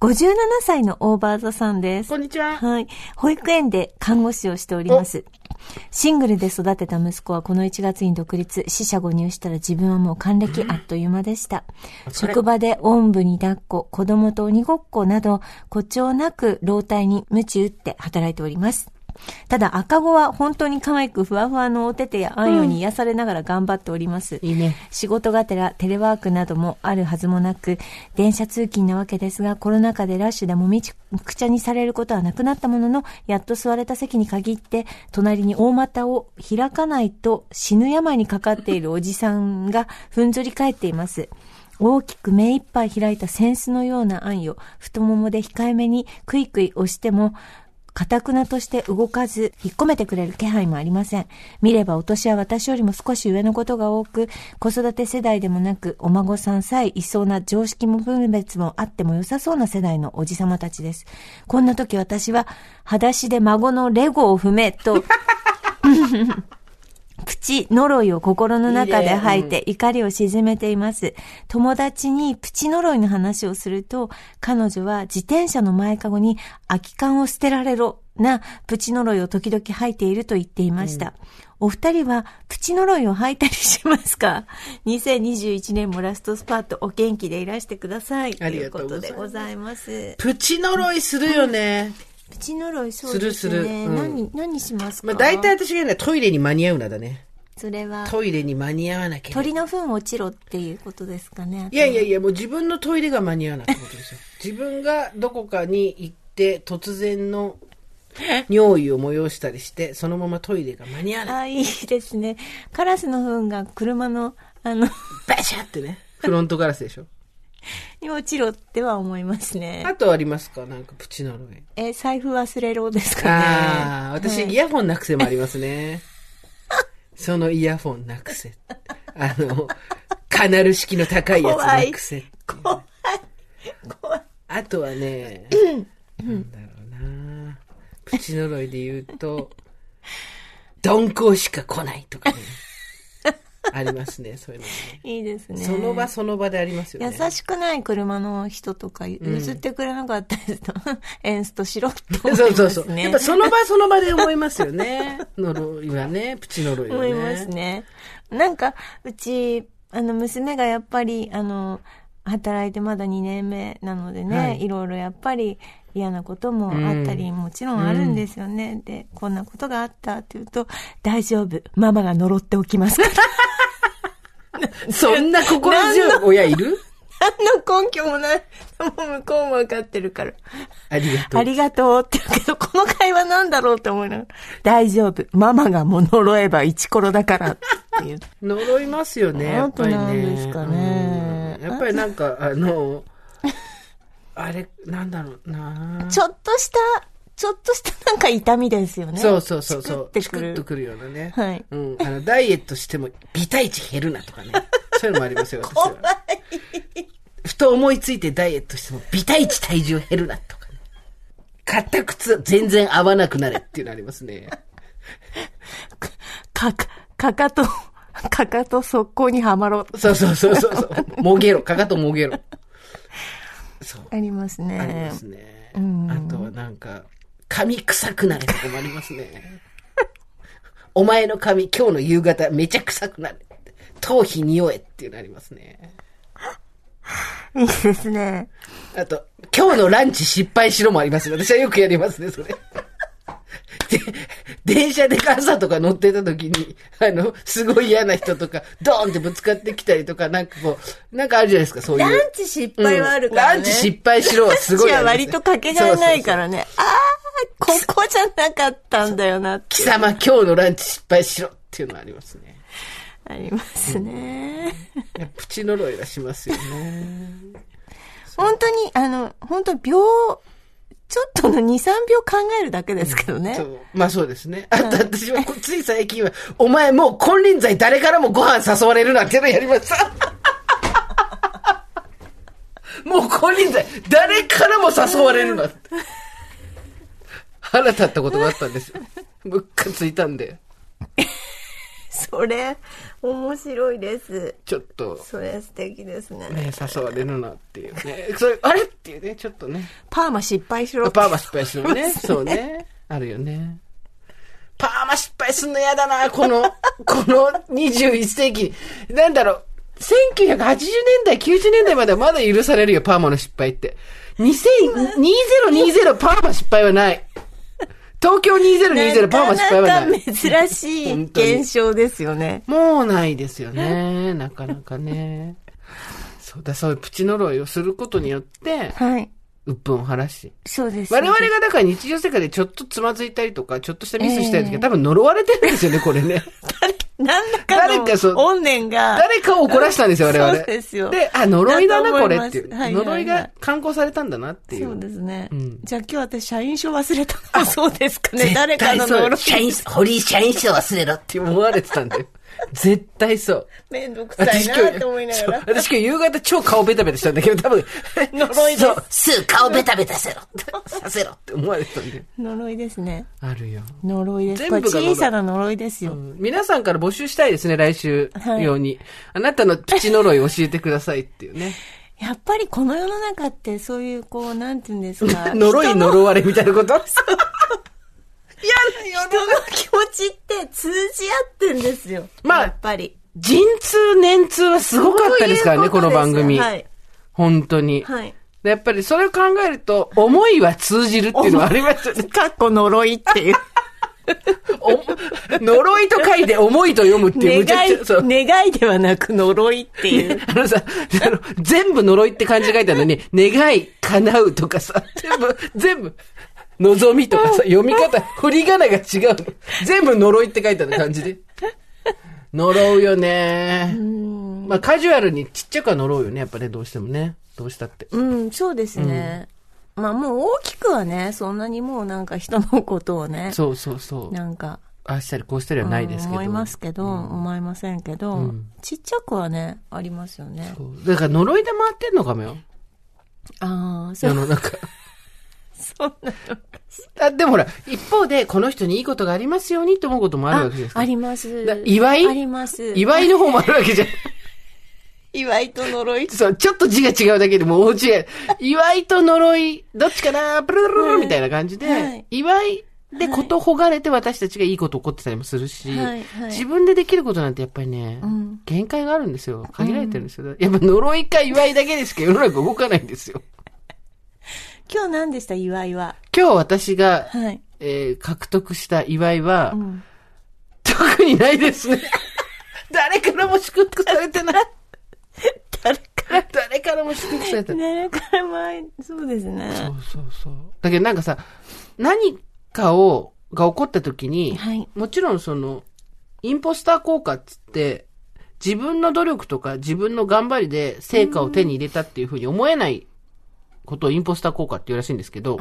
57歳のオーバーザさんですこ。んにちは。はい。保育園で看護師をしております。シングルで育てた息子はこの1月に独立、死者誤入したら自分はもう還暦あっという間でした。それ職場でおんぶに抱っこ、子供と鬼ごっこなど、誇張なく老体に鞭打って働いております。ただ赤子は本当に可愛くふわふわのお手手やあんよに癒されながら頑張っております。いいね。仕事がてらテレワークなどもあるはずもなく、電車通勤なわけですが、コロナ禍でラッシュでもみくちゃにされることはなくなったものの、やっと座れた席に限って、隣に大股を開かないと死ぬ病にかかっているおじさんがふんぞり返っています。大きく目いっぱい開いた扇子のような愛を太ももで控えめにクイクイ押しても、かたくなとして動かず、引っ込めてくれる気配もありません。見ればお年は私よりも少し上のことが多く、子育て世代でもなく、お孫さんさえいそうな常識も分別もあっても良さそうな世代のおじさまたちです。こんな時私は、裸足で孫のレゴを踏め、と、プチ呪いを心の中で吐いて怒りを沈めています。友達にプチ呪いの話をすると、彼女は自転車の前かごに空き缶を捨てられろなプチ呪いを時々吐いていると言っていました。お二人はプチ呪いを吐いたりしますか ?2021 年もラストスパートお元気でいらしてください。ありがとうございますいうことでございます。プチ呪いするよね。プチ呪いそうですね。するするうん何、何しますか、まあ大体私がね、トイレに間に合うなだね。それはトイレに間に合わなきゃ。鳥の糞落ちろっていうことですかね。いやいやいや、もう自分のトイレが間に合わないってことです よ。自分がどこかに行って、突然の尿意を催したりして、そのままトイレが間に合わない。 あ、いいですね。カラスの糞が車の、あの、 バシャってね。フロントガラスでしょ。に落ちろっては思いますね。あとありますかなんかプチ呪い。え、財布忘れろですかね。ああ、私、はいイヤホンなくせもありますね。そのイヤホンなくせ。あの、カナル式の高いやつ怖ないくせっていう。怖い。怖い。あとはね、なんだろうな。プチ呪いで言う と、鈍行しか来ないとかね。ありますね、そういうの、ね。いいですね。その場その場でありますよね。優しくない車の人とか譲ってくれなかったりすると、 エンストしろって思いますそね。うそうそう。やっぱその場その場で思いますよね。呪いはね、プチ呪いは思ね。いますね。なんか、うち、あの、娘がやっぱり、あの、働いてまだ2年目なのでね、はいい、ろいろやっぱり嫌なこともあったり、もちろんあるんですよね。で、こんなことがあったって言うと、大丈夫、ママが呪っておきますから。そんな心強い親いる何の根拠もない。もう向こうもわかってるから。ありがとあう。りがとうって言うけど、この会話なんだろうって思いながら、大丈夫、ママがもう呪えば一コロだからっていう。呪いますよね、やっぱりね。あとなんですかねうんやっぱりなんか、あ の、あれ、なんだろうなちょっとした、ちょっとしたなんか痛みですよね。そうそうそうそチクっう。てチくクるッとくるようなね。はいうん。あの、ダイエットしても、ビタ値減るなとかね。そういうのもありますよ、私は。ふと思いついてダイエットしても、ビタ値体重減るなとかね。買った靴全然合わなくなれっていうのありますね。か、か、かかと、かかと速攻にはまろう。そうそうそうそうそう。もげろ。かかともげろ。そう。ありますね。ありますね。あとはなんか、髪臭くなるとかもありますね。お前の髪、今日の夕方めちゃ臭くなる。頭皮匂えっていうのありますね。いいですね。あと、今日のランチ失敗しろもありますね。私はよくやりますね、それ。で、電車で朝とか乗ってた時に、あの、すごい嫌な人とか、ドーンってぶつかってきたりとか、なんかこう、なんかあるじゃないですか、そういう。ランチ失敗はあるからね。ランチ失敗しろはすごいランあチりはま割すね。とかけがえないらからね。ああー、ここじゃなかったんだよなって貴。様今日のランチ失敗しろっていうのはありますね。ありますね。やっぱプチ呪いはしますよね。本当に、あの、本当秒、ちょっとの2、3秒考えるだけですけどね。そう。まあそうですね。あと私はこつい最近は、お前もう金輪際誰からもご飯誘われるなっていうのやりました。もう金輪際誰からも誘われるなって。腹立ったことがあったんですよ。ムッカついたんで、それ、面白いです。ちょっと。それ素敵ですね。ね、誘われるなっていうね。それ、あれっていうね、ちょっとね。パーマ失敗しろってパーマ失敗するのね。 そうね。あるよね。パーマ失敗するの嫌だな、この、 この21世紀に。なんだろう、1980年代、90年代まではまだ許されるよ、パーマの失敗って。2020パーマ失敗はない。東京2020パーマ失敗はなない。かなか珍しい現象ですよね。もうないですよね。なかなかね。そうだ、そういうプチ呪いをすることによって、はい。鬱憤を晴らし、そうです。我々そうでがだから日常世界でちょっとつまずいたりとか、ちょっとしたミスしたりとか、多分呪われてるんですよね、こ れね。す何らかの誰かそう怨念が。誰かを怒らしたんですよ、我々。そうですよで、あ、呪いだだな、とこ思いれますっていう。はい呪いはいはがい刊行されたんだなっていう。そうですね。んじゃあ今日私、社員証忘れたのもそうですかね。誰かの絶対そう呪い。社員、堀井社員証忘れろって思われてたんだよ。絶対そう。めんどくさい私今な日と思いながら。そう私今日夕方超顔ベタベタしたんだけど、多分、呪いですそう、すぐ顔ベタベタせろ、させろって思われてたんで。呪いですね。あるよ。呪いです。全こ部れが呪い小さな呪いですよ。皆さんから募集したいですね、来週用に。あなたのプチ呪いを教えてくださいってい うね。やっぱりこの世の中ってそういう、こう、なんて言うんです か。呪い人の呪われみたいなこと人の気持ちって通じ合ってんですよ。まあやっぱり。陣痛、年痛はすごかったですからね、こそういうのとです番組。はい。本当に。はい。でやっぱりそれを考えると、思いは通じるっていうのはありますよね。かっこ呪いっていう。お呪いと書いて思いと読むっていう、むちゃ願いくちゃ、そう、願いではなく呪いっていう。あのさ、あの、全部呪いって漢字書いてあるのに、願い、叶うとかさ、全部、全部、望み とかさ、読み方、振り仮名が違うの。全部呪いって書いてある漢字で。呪うよね。まあカジュアルにちっちゃくは呪うよね、やっぱね、どうしてもね。どうしたって。 うん、そうですね。まあもう大きくはね、そんなにもうなんか人のことをね、そうそうそう。なんか、ああしたりこうしたりはないですけど。思いますけど、思いませんけど、ちっちゃくはね、ありますよね。そうだから呪いで回ってんのかもよ。ああ、そ世う、の中。そんなの。あでもほら、一方で、この人にいいことがありますようにって思うこともあるわけですあから。りますだ。祝いあります。祝いの方もあるわけじゃん。祝いと呪い。そう、ちょっと字が違うだけでもう大違い。祝いと呪い、どっちかなプルルルルルみたいな感じで、はい祝いでことほがれて私たちがいいこと起こってたりもするし、はいはい自分でできることなんてやっぱりね、ん限界があるんですよ。限られてるんですよ。やっぱ呪いか祝いだけでしか世の中動かないんですよ。今日何でした祝いは。今日私が、はい。えー獲得した祝いは、特にないですね。誰からも祝福され てない。 誰か誰からも祝福されてな誰い。から前、そうですそね。うそうそう。だけどなんかさ、何かを、が起こった時に、はいもちろんその、インポスター効果っつって、自分の努力とか自分の頑張りで成果を手に入れたっていうふうに思えないことをインポスター効果っていうらしいんですけど、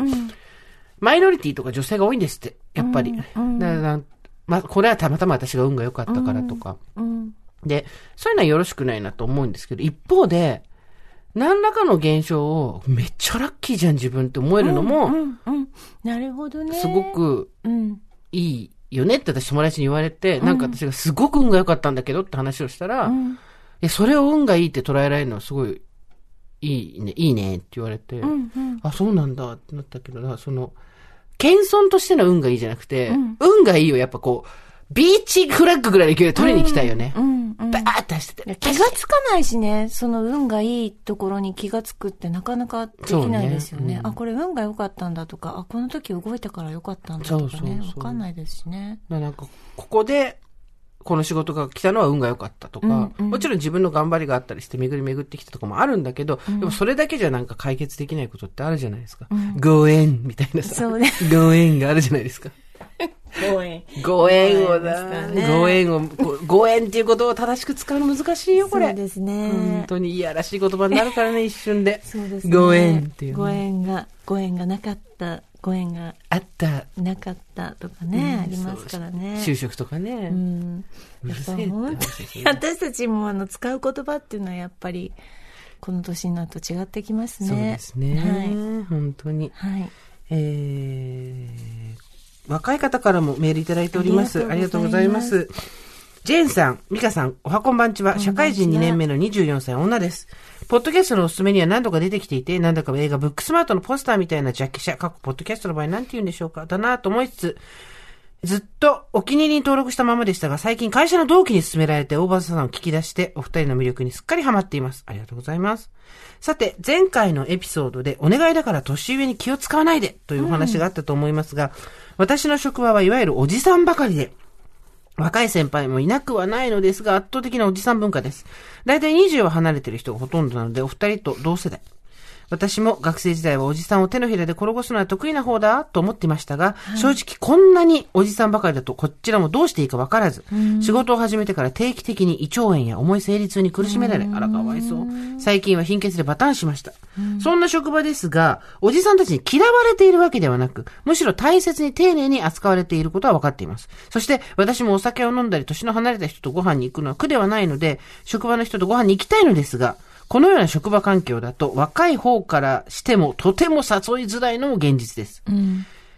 マイノリティとか女性が多いんですって、やっぱり。だからなんまあ、これはたまたま私が運が良かったからとか。うん。で、そういうのはよろしくないなと思うんですけど、一方で、何らかの現象を、めっちゃラッキーじゃん自分って思えるのうも、ん、うん。なるほどね。すご。くうん。いいよねって私友達に言われて、なんか私がすごく運が良かったんだけどって話をしたら、んいや、それを運がいいって捉えられるのはすごいいいね、いいねって言われて、うん、うん。あ、そうなんだってなったけどな、その、謙遜としての運がいいじゃなくて、運がいいをやっぱこう、ビーチフラッグぐらいの勢いで取りに行きたいよね。うん、うんバ。ーって走ってて。気がつかないしね、その運がいいところに気がつくってなかなかできないですよそうね。ねうんあ、これ運が良かったんだとか、あ、この時動いたから良かったんだそとうかそうね、そうわかんないですしね。だからなんか、ここで、この仕事が来たのは運が良かったとか、うんうんもちろん自分の頑張りがあったりして巡り巡ってきたとかもあるんだけど、でもそれだけじゃなんか解決できないことってあるじゃないですか。ご縁みたいなさ。そうねご縁があるじゃないですか。ご縁をな、ねご縁を、ごご縁っていうことを正しく使うの難しいよ、こそれ。うです本ね。当にいやらしい言葉になるからね、一瞬で。 そうですね。ご縁っていうね、ご縁が、ご縁がなかった、ご縁があった。なかったとかね、ありますからね。就職とかね。うん。うやるっせぱえって本話です当よにね私たちもあの使う言葉っていうのはやっぱり、この年になると違ってきますね。そうですね。はい。本当に。はい。えー若い方からもメールいただいております。あありりががととううごござざいいまますす。ジェーンさん、ミカさん、おはこんばんちは、社会人2年目の24歳女です。ポッドキャストのおすすめには何度か出てきていて、何だか映画ブックスマートのポスターみたいなジャッキシャ、過去ポッドキャストの場合なんて言うんでしょうか、だなぁと思いつつ、ずっとお気に入りに登録したままでしたが、最近会社の同期に勧められて大場さんを聞き出して、お二人の魅力にすっかりハマっています。ありがとうございます。さて、前回のエピソードで、お願いだから年上に気を使わないでというお話があったと思いますが、私の職場はいわゆるおじさんばかりで、若い先輩もいなくはないのですが、圧倒的なおじさん文化です。だいたい20は離れてる人がほとんどなので、お二人と同世代。私も学生時代はおじさんを手のひらで転がすのは得意な方だと思っていましたが、正直こんなにおじさんばかりだとこちらもどうしていいかわからず、仕事を始めてから定期的に胃腸炎や重い生理痛に苦しめられ、あらかわいそう。最近は貧血でバタンしました。そんな職場ですが、おじさんたちに嫌われているわけではなく、むしろ大切に丁寧に扱われていることは分かっています。そして、私もお酒を飲んだり、年の離れた人とご飯に行くのは苦ではないので、職場の人とご飯に行きたいのですが、このような職場環境だと、若い方からしても、とても誘いづらいのも現実です。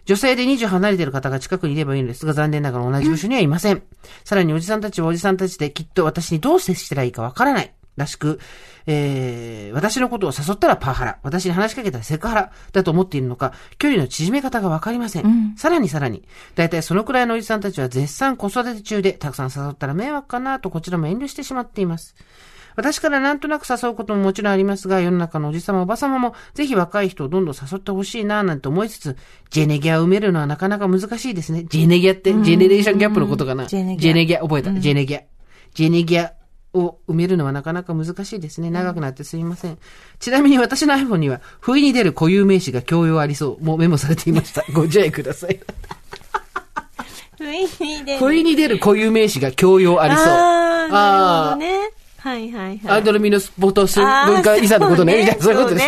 女性で20離れている方が近くにいればいいのですが、残念ながら同じ部署にはいません。さらにおじさんたちはおじさんたちできっと私にどう接したらいいかわからない。らしく、えー、私のことを誘ったらパワハラ、私に話しかけたらセクハラだと思っているのか、距離の縮め方がわかりません。さらにさらに、だいたいそのくらいのおじさんたちは絶賛子育て中で、たくさん誘ったら迷惑かなとこちらも遠慮してしまっています。私からなんとなく誘うことももちろんありますが、世の中のおじさまおばさまも、ぜひ若い人をどんどん誘ってほしいなぁなんて思いつつ、ジェネギャを埋めるのはなかなか難しいですね。ジェネギャって、ジェネレーションギャップのことかな。ジェネギャジェネギャ、覚えた。ジェネギャ。ジェネギャを埋めるのはなかなか難しいですね。長くなってすみません。ちなみに私の iPhone には、不意に出る固有名詞が強要ありそう。もうメモされていました。ご自愛ください。不意にで不意に出る固有名詞が強要ありそう。あーなるあほどーね。はいはいはい。アイドルミノスポトスあー文化遺産のこ とね、みたいな、そう いうことでし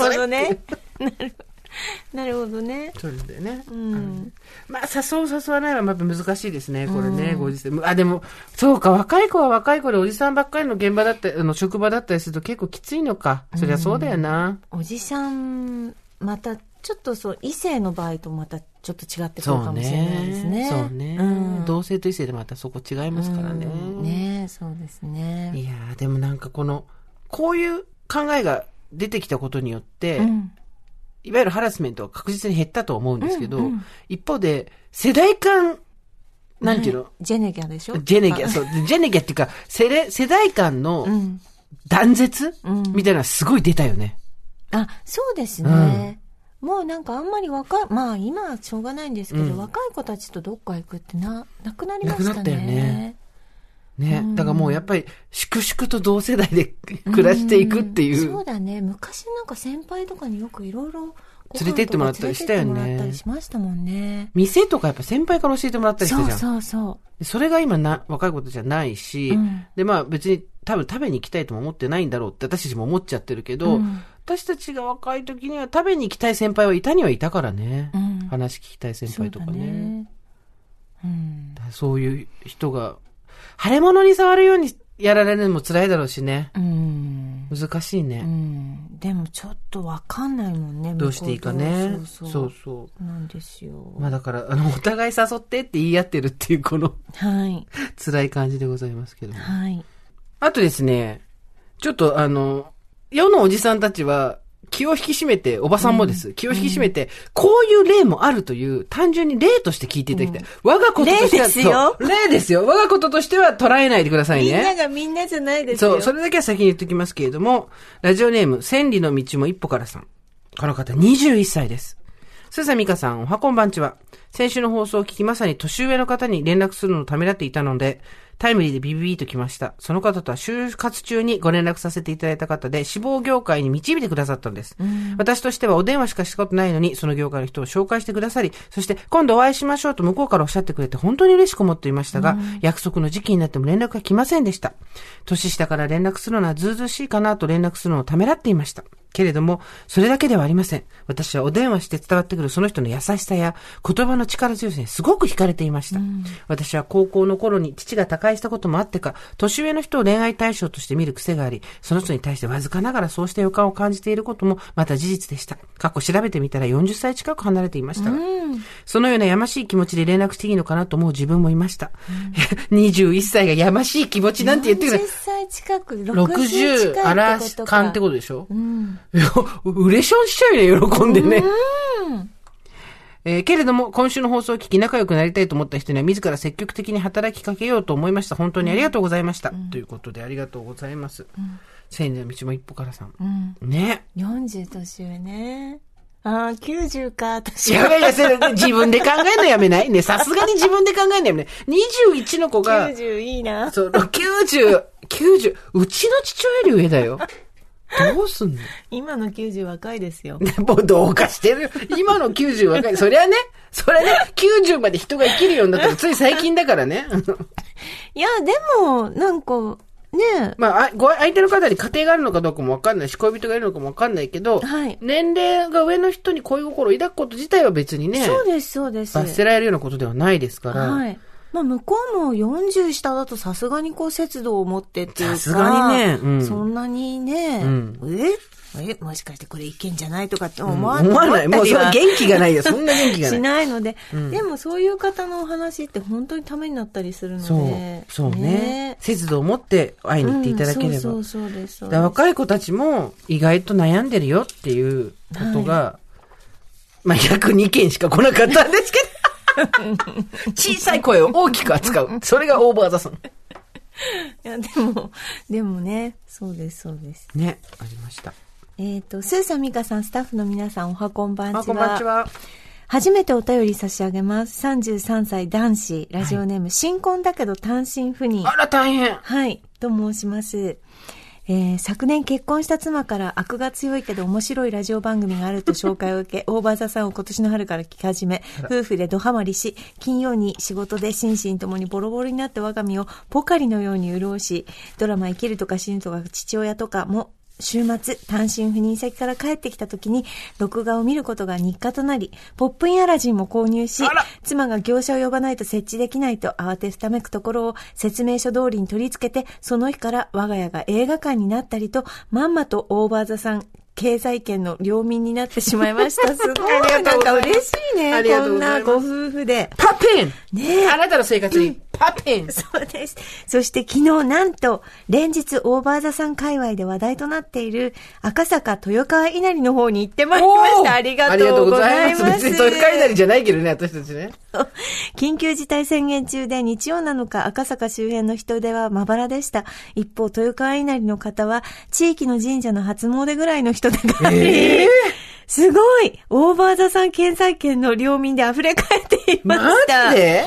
ょ。そうねなるほどね。 なるほどね。そうだよね。うんまあ、誘う誘わないはやっぱ難しいですね、これね、ご時世。あ、でも、そうか、若い子は若い子でおじさんばっかりの現場だったり、あの、職場だったりすると結構きついのか。そりゃそうだよな。おじさん、また、ちょっとそう、異性の場合とまたちょっと違ってくるそかうもしれないですね。ね。そうねん。同性と異性でまたそこ違いますからね。うんねそうですね。いやーでもなんかこの、こういう考えが出てきたことによって、うん。いわゆるハラスメントは確実に減ったと思うんですけど、うんうん一方で、世代間、なんていうの、ジェネギャでしょジェネギャ、そう、ジェネギャっていうか、世代世代間の断絶、うんみたいなのがすごい出たよね。あ、そうですね。もうなんかあんまり若い、まあ今はしょうがないんですけど、うん若い子たちとどっか行くってな、なくなりましたね。なくなったよねね。だからもうやっぱり、粛々と同世代で暮らしていくっていんそうう。だね昔なんか先輩とかによくいろいろ連れてってもらったりしたよ連ねれてってもらったりしましたもんね店とかやっぱ先輩から教えてもらったりしたじそゃん。うそうそでそれが今な、若いことじゃないし、うんでまあ別に多分食べに行きたいとも思ってないんだろうって私たちも思っちゃってるけど、うん私たちが若い時には食べに行きたい先輩はいたにはいたからね。うん話聞きたい先うそう輩とだかね。ねうんそういう人が、腫れ物に触るようにやられるのも辛いだろうしね。うん、難しいうね。ん、でもちょっとわかんないもんねどうしていいかね向こ。うそとそうそううそうなんですよ、まあだから、あの、お互い誘ってって言い合ってるっていう、このはい辛い感じでございますけども。はいあとですね、ちょっとあの、世のおじさんたちは、気を引き締めて、おばさんもです。気を引き締めて、こういう例もあるという、単純に例として聞いていただきたい。我がこととしては、例ですよそう例ですよ。我がこととしては捉えないでくださいみんね。ながみんなじゃないですよそう、それだけは先に言っておきますけれども、ラジオネーム、千里の道も一歩からさん。この方、21歳です。すさみかさん、おはこんばんちは。先週の放送を聞きまさに年上の方に連絡するのをためらっていたので、タイムリーでビビビーと来ました。その方とは就活中にご連絡させていただいた方で、志望業界に導いてくださったんです。私としてはお電話しかしたことないのに、その業界の人を紹介してくださり、そして今度お会いしましょうと向こうからおっしゃってくれて本当に嬉しく思っていましたが、約束の時期になっても連絡が来ませんでした。年下から連絡するのはずうずうしいかなと連絡するのをためらっていました。けれども、それだけではありません。私はお電話して伝わってくるその人の優しさや言葉の力強さにすごく惹かれていました。私は高校の頃に父が他界したこともあってか、年上の人を恋愛対象として見る癖があり、その人に対してわずかながらそうした予感を感じていることもまた事実でした。過去調べてみたら40歳近く離れていましたが、そのようなやましい気持ちで連絡していいのかなと思う自分もいました。21歳 がやましい気持ちなんて言ってくれ40。歳近く60 60近あいらってことかかんってことでしょいやうれしょんしちゃうよね、喜んでね。えーけれども、今週の放送を聞き仲良くなりたいと思った人には、自ら積極的に働きかけようと思いました。本当にありがとうございました。ということで、ありがとうございます。千里の道も一歩からさん。うんね。 40年上ね。ああ、90か、い私やは。いや、それ自分で考えるのやめないね。さすがに自分で考えるのやめない。21の子が、 90いいな。その90、90、うちの父親より上だよ。どうすんの今の90若いですよ。 もうどうかしてる。今の90若い。そりゃね、そりゃね、90まで人が生きるようになったのつい最近だからね。 いや、でも、なんか、ねまああ、ご、相手の方に家庭があるのかどうかもわかんないし、恋人がいるのかもわかんないけど、はい年齢が上の人に恋心を抱くこと自体は別にね、そうです、そうです。罰せられるようなことではないですから、はい。まあ、向こうも40下だとさすがにこう、節度を持ってっていうか。さすがにねうんそんなにね、んええもしかしてこれいけんじゃないとかって思思わ,、わない。もうそれは元元気がないよ。そんな元気気がしない。ないので、でもそういう方のお話って本当にためになったりするので。そう、そうね。節度を持って会いに行っていただけうれんばそ。うそうそうです。そうでだからす若い子たちも意外と悩んでるよっていうことが、まあ、102件しか来なかったんですけ ど、小さい声を大きく扱う。それがオーバーザさん。いや、でも、でもね、そうです、そうです。ね、ありました。えっ、と、スーさん、ミカさん、スタッフの皆さん、おはこんばんちは。あ、こんばんちは。初めてお便り差し上げます。33歳男子、ラジオネーム、新婚だけど単身赴任。あら、大変。はい、と申します。えー昨年結婚した妻から悪が強いけど面白いラジオ番組があると紹介を受 け、オーバーザさんを今年の春から聞き始め、夫婦でドハマりし、金曜に仕事で心身ともにボロボロになった我が身をポカリのように潤し、ドラマ生きるとか死ぬとか父親とかも週末、単身赴任先から帰ってきた時に、録画を見ることが日課となり、ポップインアラジンも購入しあら、妻が業者を呼ばないと設置できないと慌てふためくところを説明書通りに取り付けて、その日から我が家が映画館になったりと、まんまとオーバーザさん、経済圏の領民になって しまいました。すごあい。りがなんとうかございます嬉しいあね。りがことうんござないますご夫婦で。パピンねえあなたの生活に、パピンそうです。そして昨日なんと、連日オーバーザさん界隈で話題となっている赤坂豊川稲荷の方に行ってまいりました。ありがとうございます。ありがとうござ別にそれ書いたりじゃないけどね、私たちね。 緊急事態宣言中で日曜なのか赤坂周辺の人出はまばらでした。一方、豊川稲荷の方は地域の神社の初詣ぐらいの人出があり、すごいオーバーザさん県在県の領民で溢れ返っていまマした。ジで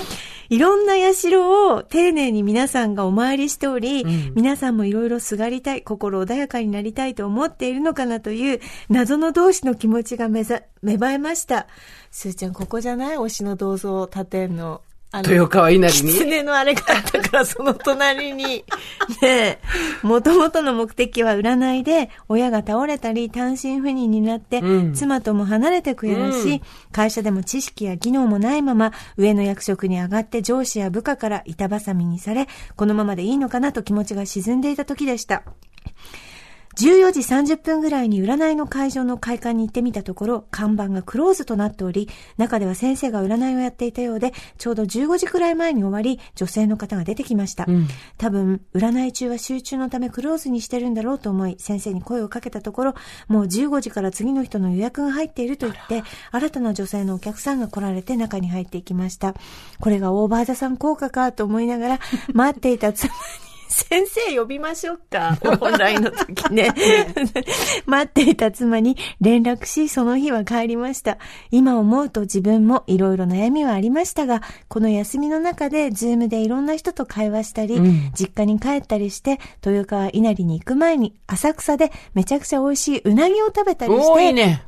いろんな社を丁寧に皆さんがお参りしており、皆さんもいろいろすがりたい、心穏やかになりたいと思っているのかなという、謎の同士の気持ちがめざ芽生えました。すーちゃん、ここじゃない推しの銅像を建てんの。あの豊川稲荷に。狐のあれがあったから、その隣 に。ねえ。もともとの目的は占いで、親が倒れたり、単身赴任になって、うん妻とも離れてくやらしい、会社でも知識や技能もないまま、上の役職に上がって上司や部下から板挟みにされ、このままでいいのかなと気持ちが沈んでいた時でした。14時30分ぐらいに占いの会場の会館に行ってみたところ、看板がクローズとなっており、中では先生が占いをやっていたようで、ちょうど15時くらい前に終わり、女性の方が出てきました。多分、占い中は集中のためクローズにしてるんだろうと思い、先生に声をかけたところ、もう15時から次の人の予約が入っていると言って、新たな女性のお客さんが来られて中に入っていきました。これがオーバーザさん効果かと思いながら、待っていた妻に、先生 呼びましょうか。オンラインの時ね。待っていた妻に連絡し、その日は帰りました。今思うと自分もいろいろ悩みはありましたが、この休みの中で、ズームでいろんな人と会話したり、実家に帰ったりして、豊川稲荷に行く前に、浅草でめちゃくちゃ美味しいうなぎを食べたりし多て、いね。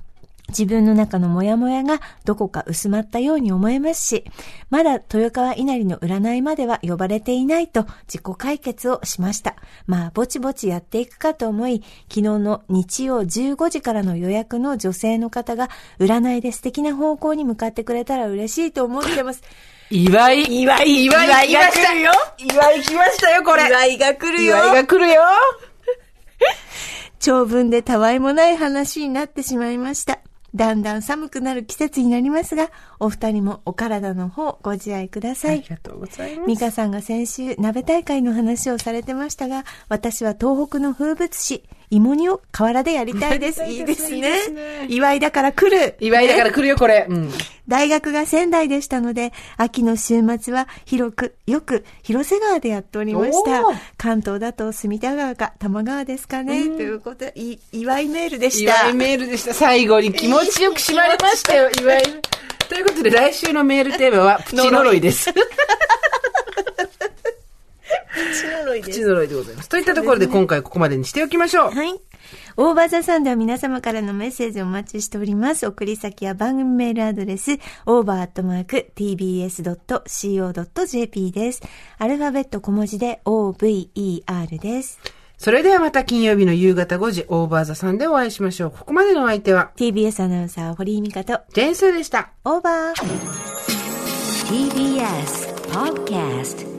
自分の中のモヤモヤがどこか薄まったように思えますし、まだ豊川稲荷の占いまでは呼ばれていないと自己解決をしました。まあ、ぼちぼちやっていくかと思い、昨日の日曜15時からの予約の女性の方が、占いで素敵な方向に向かってくれたら嬉しいと思ってます。岩井。岩井、岩井来ましたよ。岩井来ましたよ、これ。祝いが来るよ岩井が来るよ。長文でたわいもない話になってしまいました。だんだん寒くなる季節になりますが、お二人もお体の方ご自愛くださあいり。がとうございます。美香さんが先週鍋大会の話をされてましたが私は東北の風物詩芋煮を河原でやりたいですいいですねいいですね祝いだから来る岩井だから来るよ、これ。うん。大学が仙台でしたので秋の週末は広くよく広瀬川でやっておりましたおー関東だと隅田川か多摩川ですかねということでい祝いメールでした岩井メールでした。最後に気持ちよく締まりましたよ、岩井。ということで、来週のメールテーマ は、プチ呪いです。呪いでプチ呪いでございます。といったところで、今回ここまでにしておきましょう。はい。オーバーザさんでは皆様からのメッセージをお待ちしております。送り先は番組メールアドレス、over.tbs.co.jp です。アルファベット小文字で over です。それではまた金曜日の夕方5時、オーバーザさんでお会いしましょう。ここまでのお相手は、 TBS アナウンサー、堀井美香と、ジェーンスーでした。オーバー TBS Podcast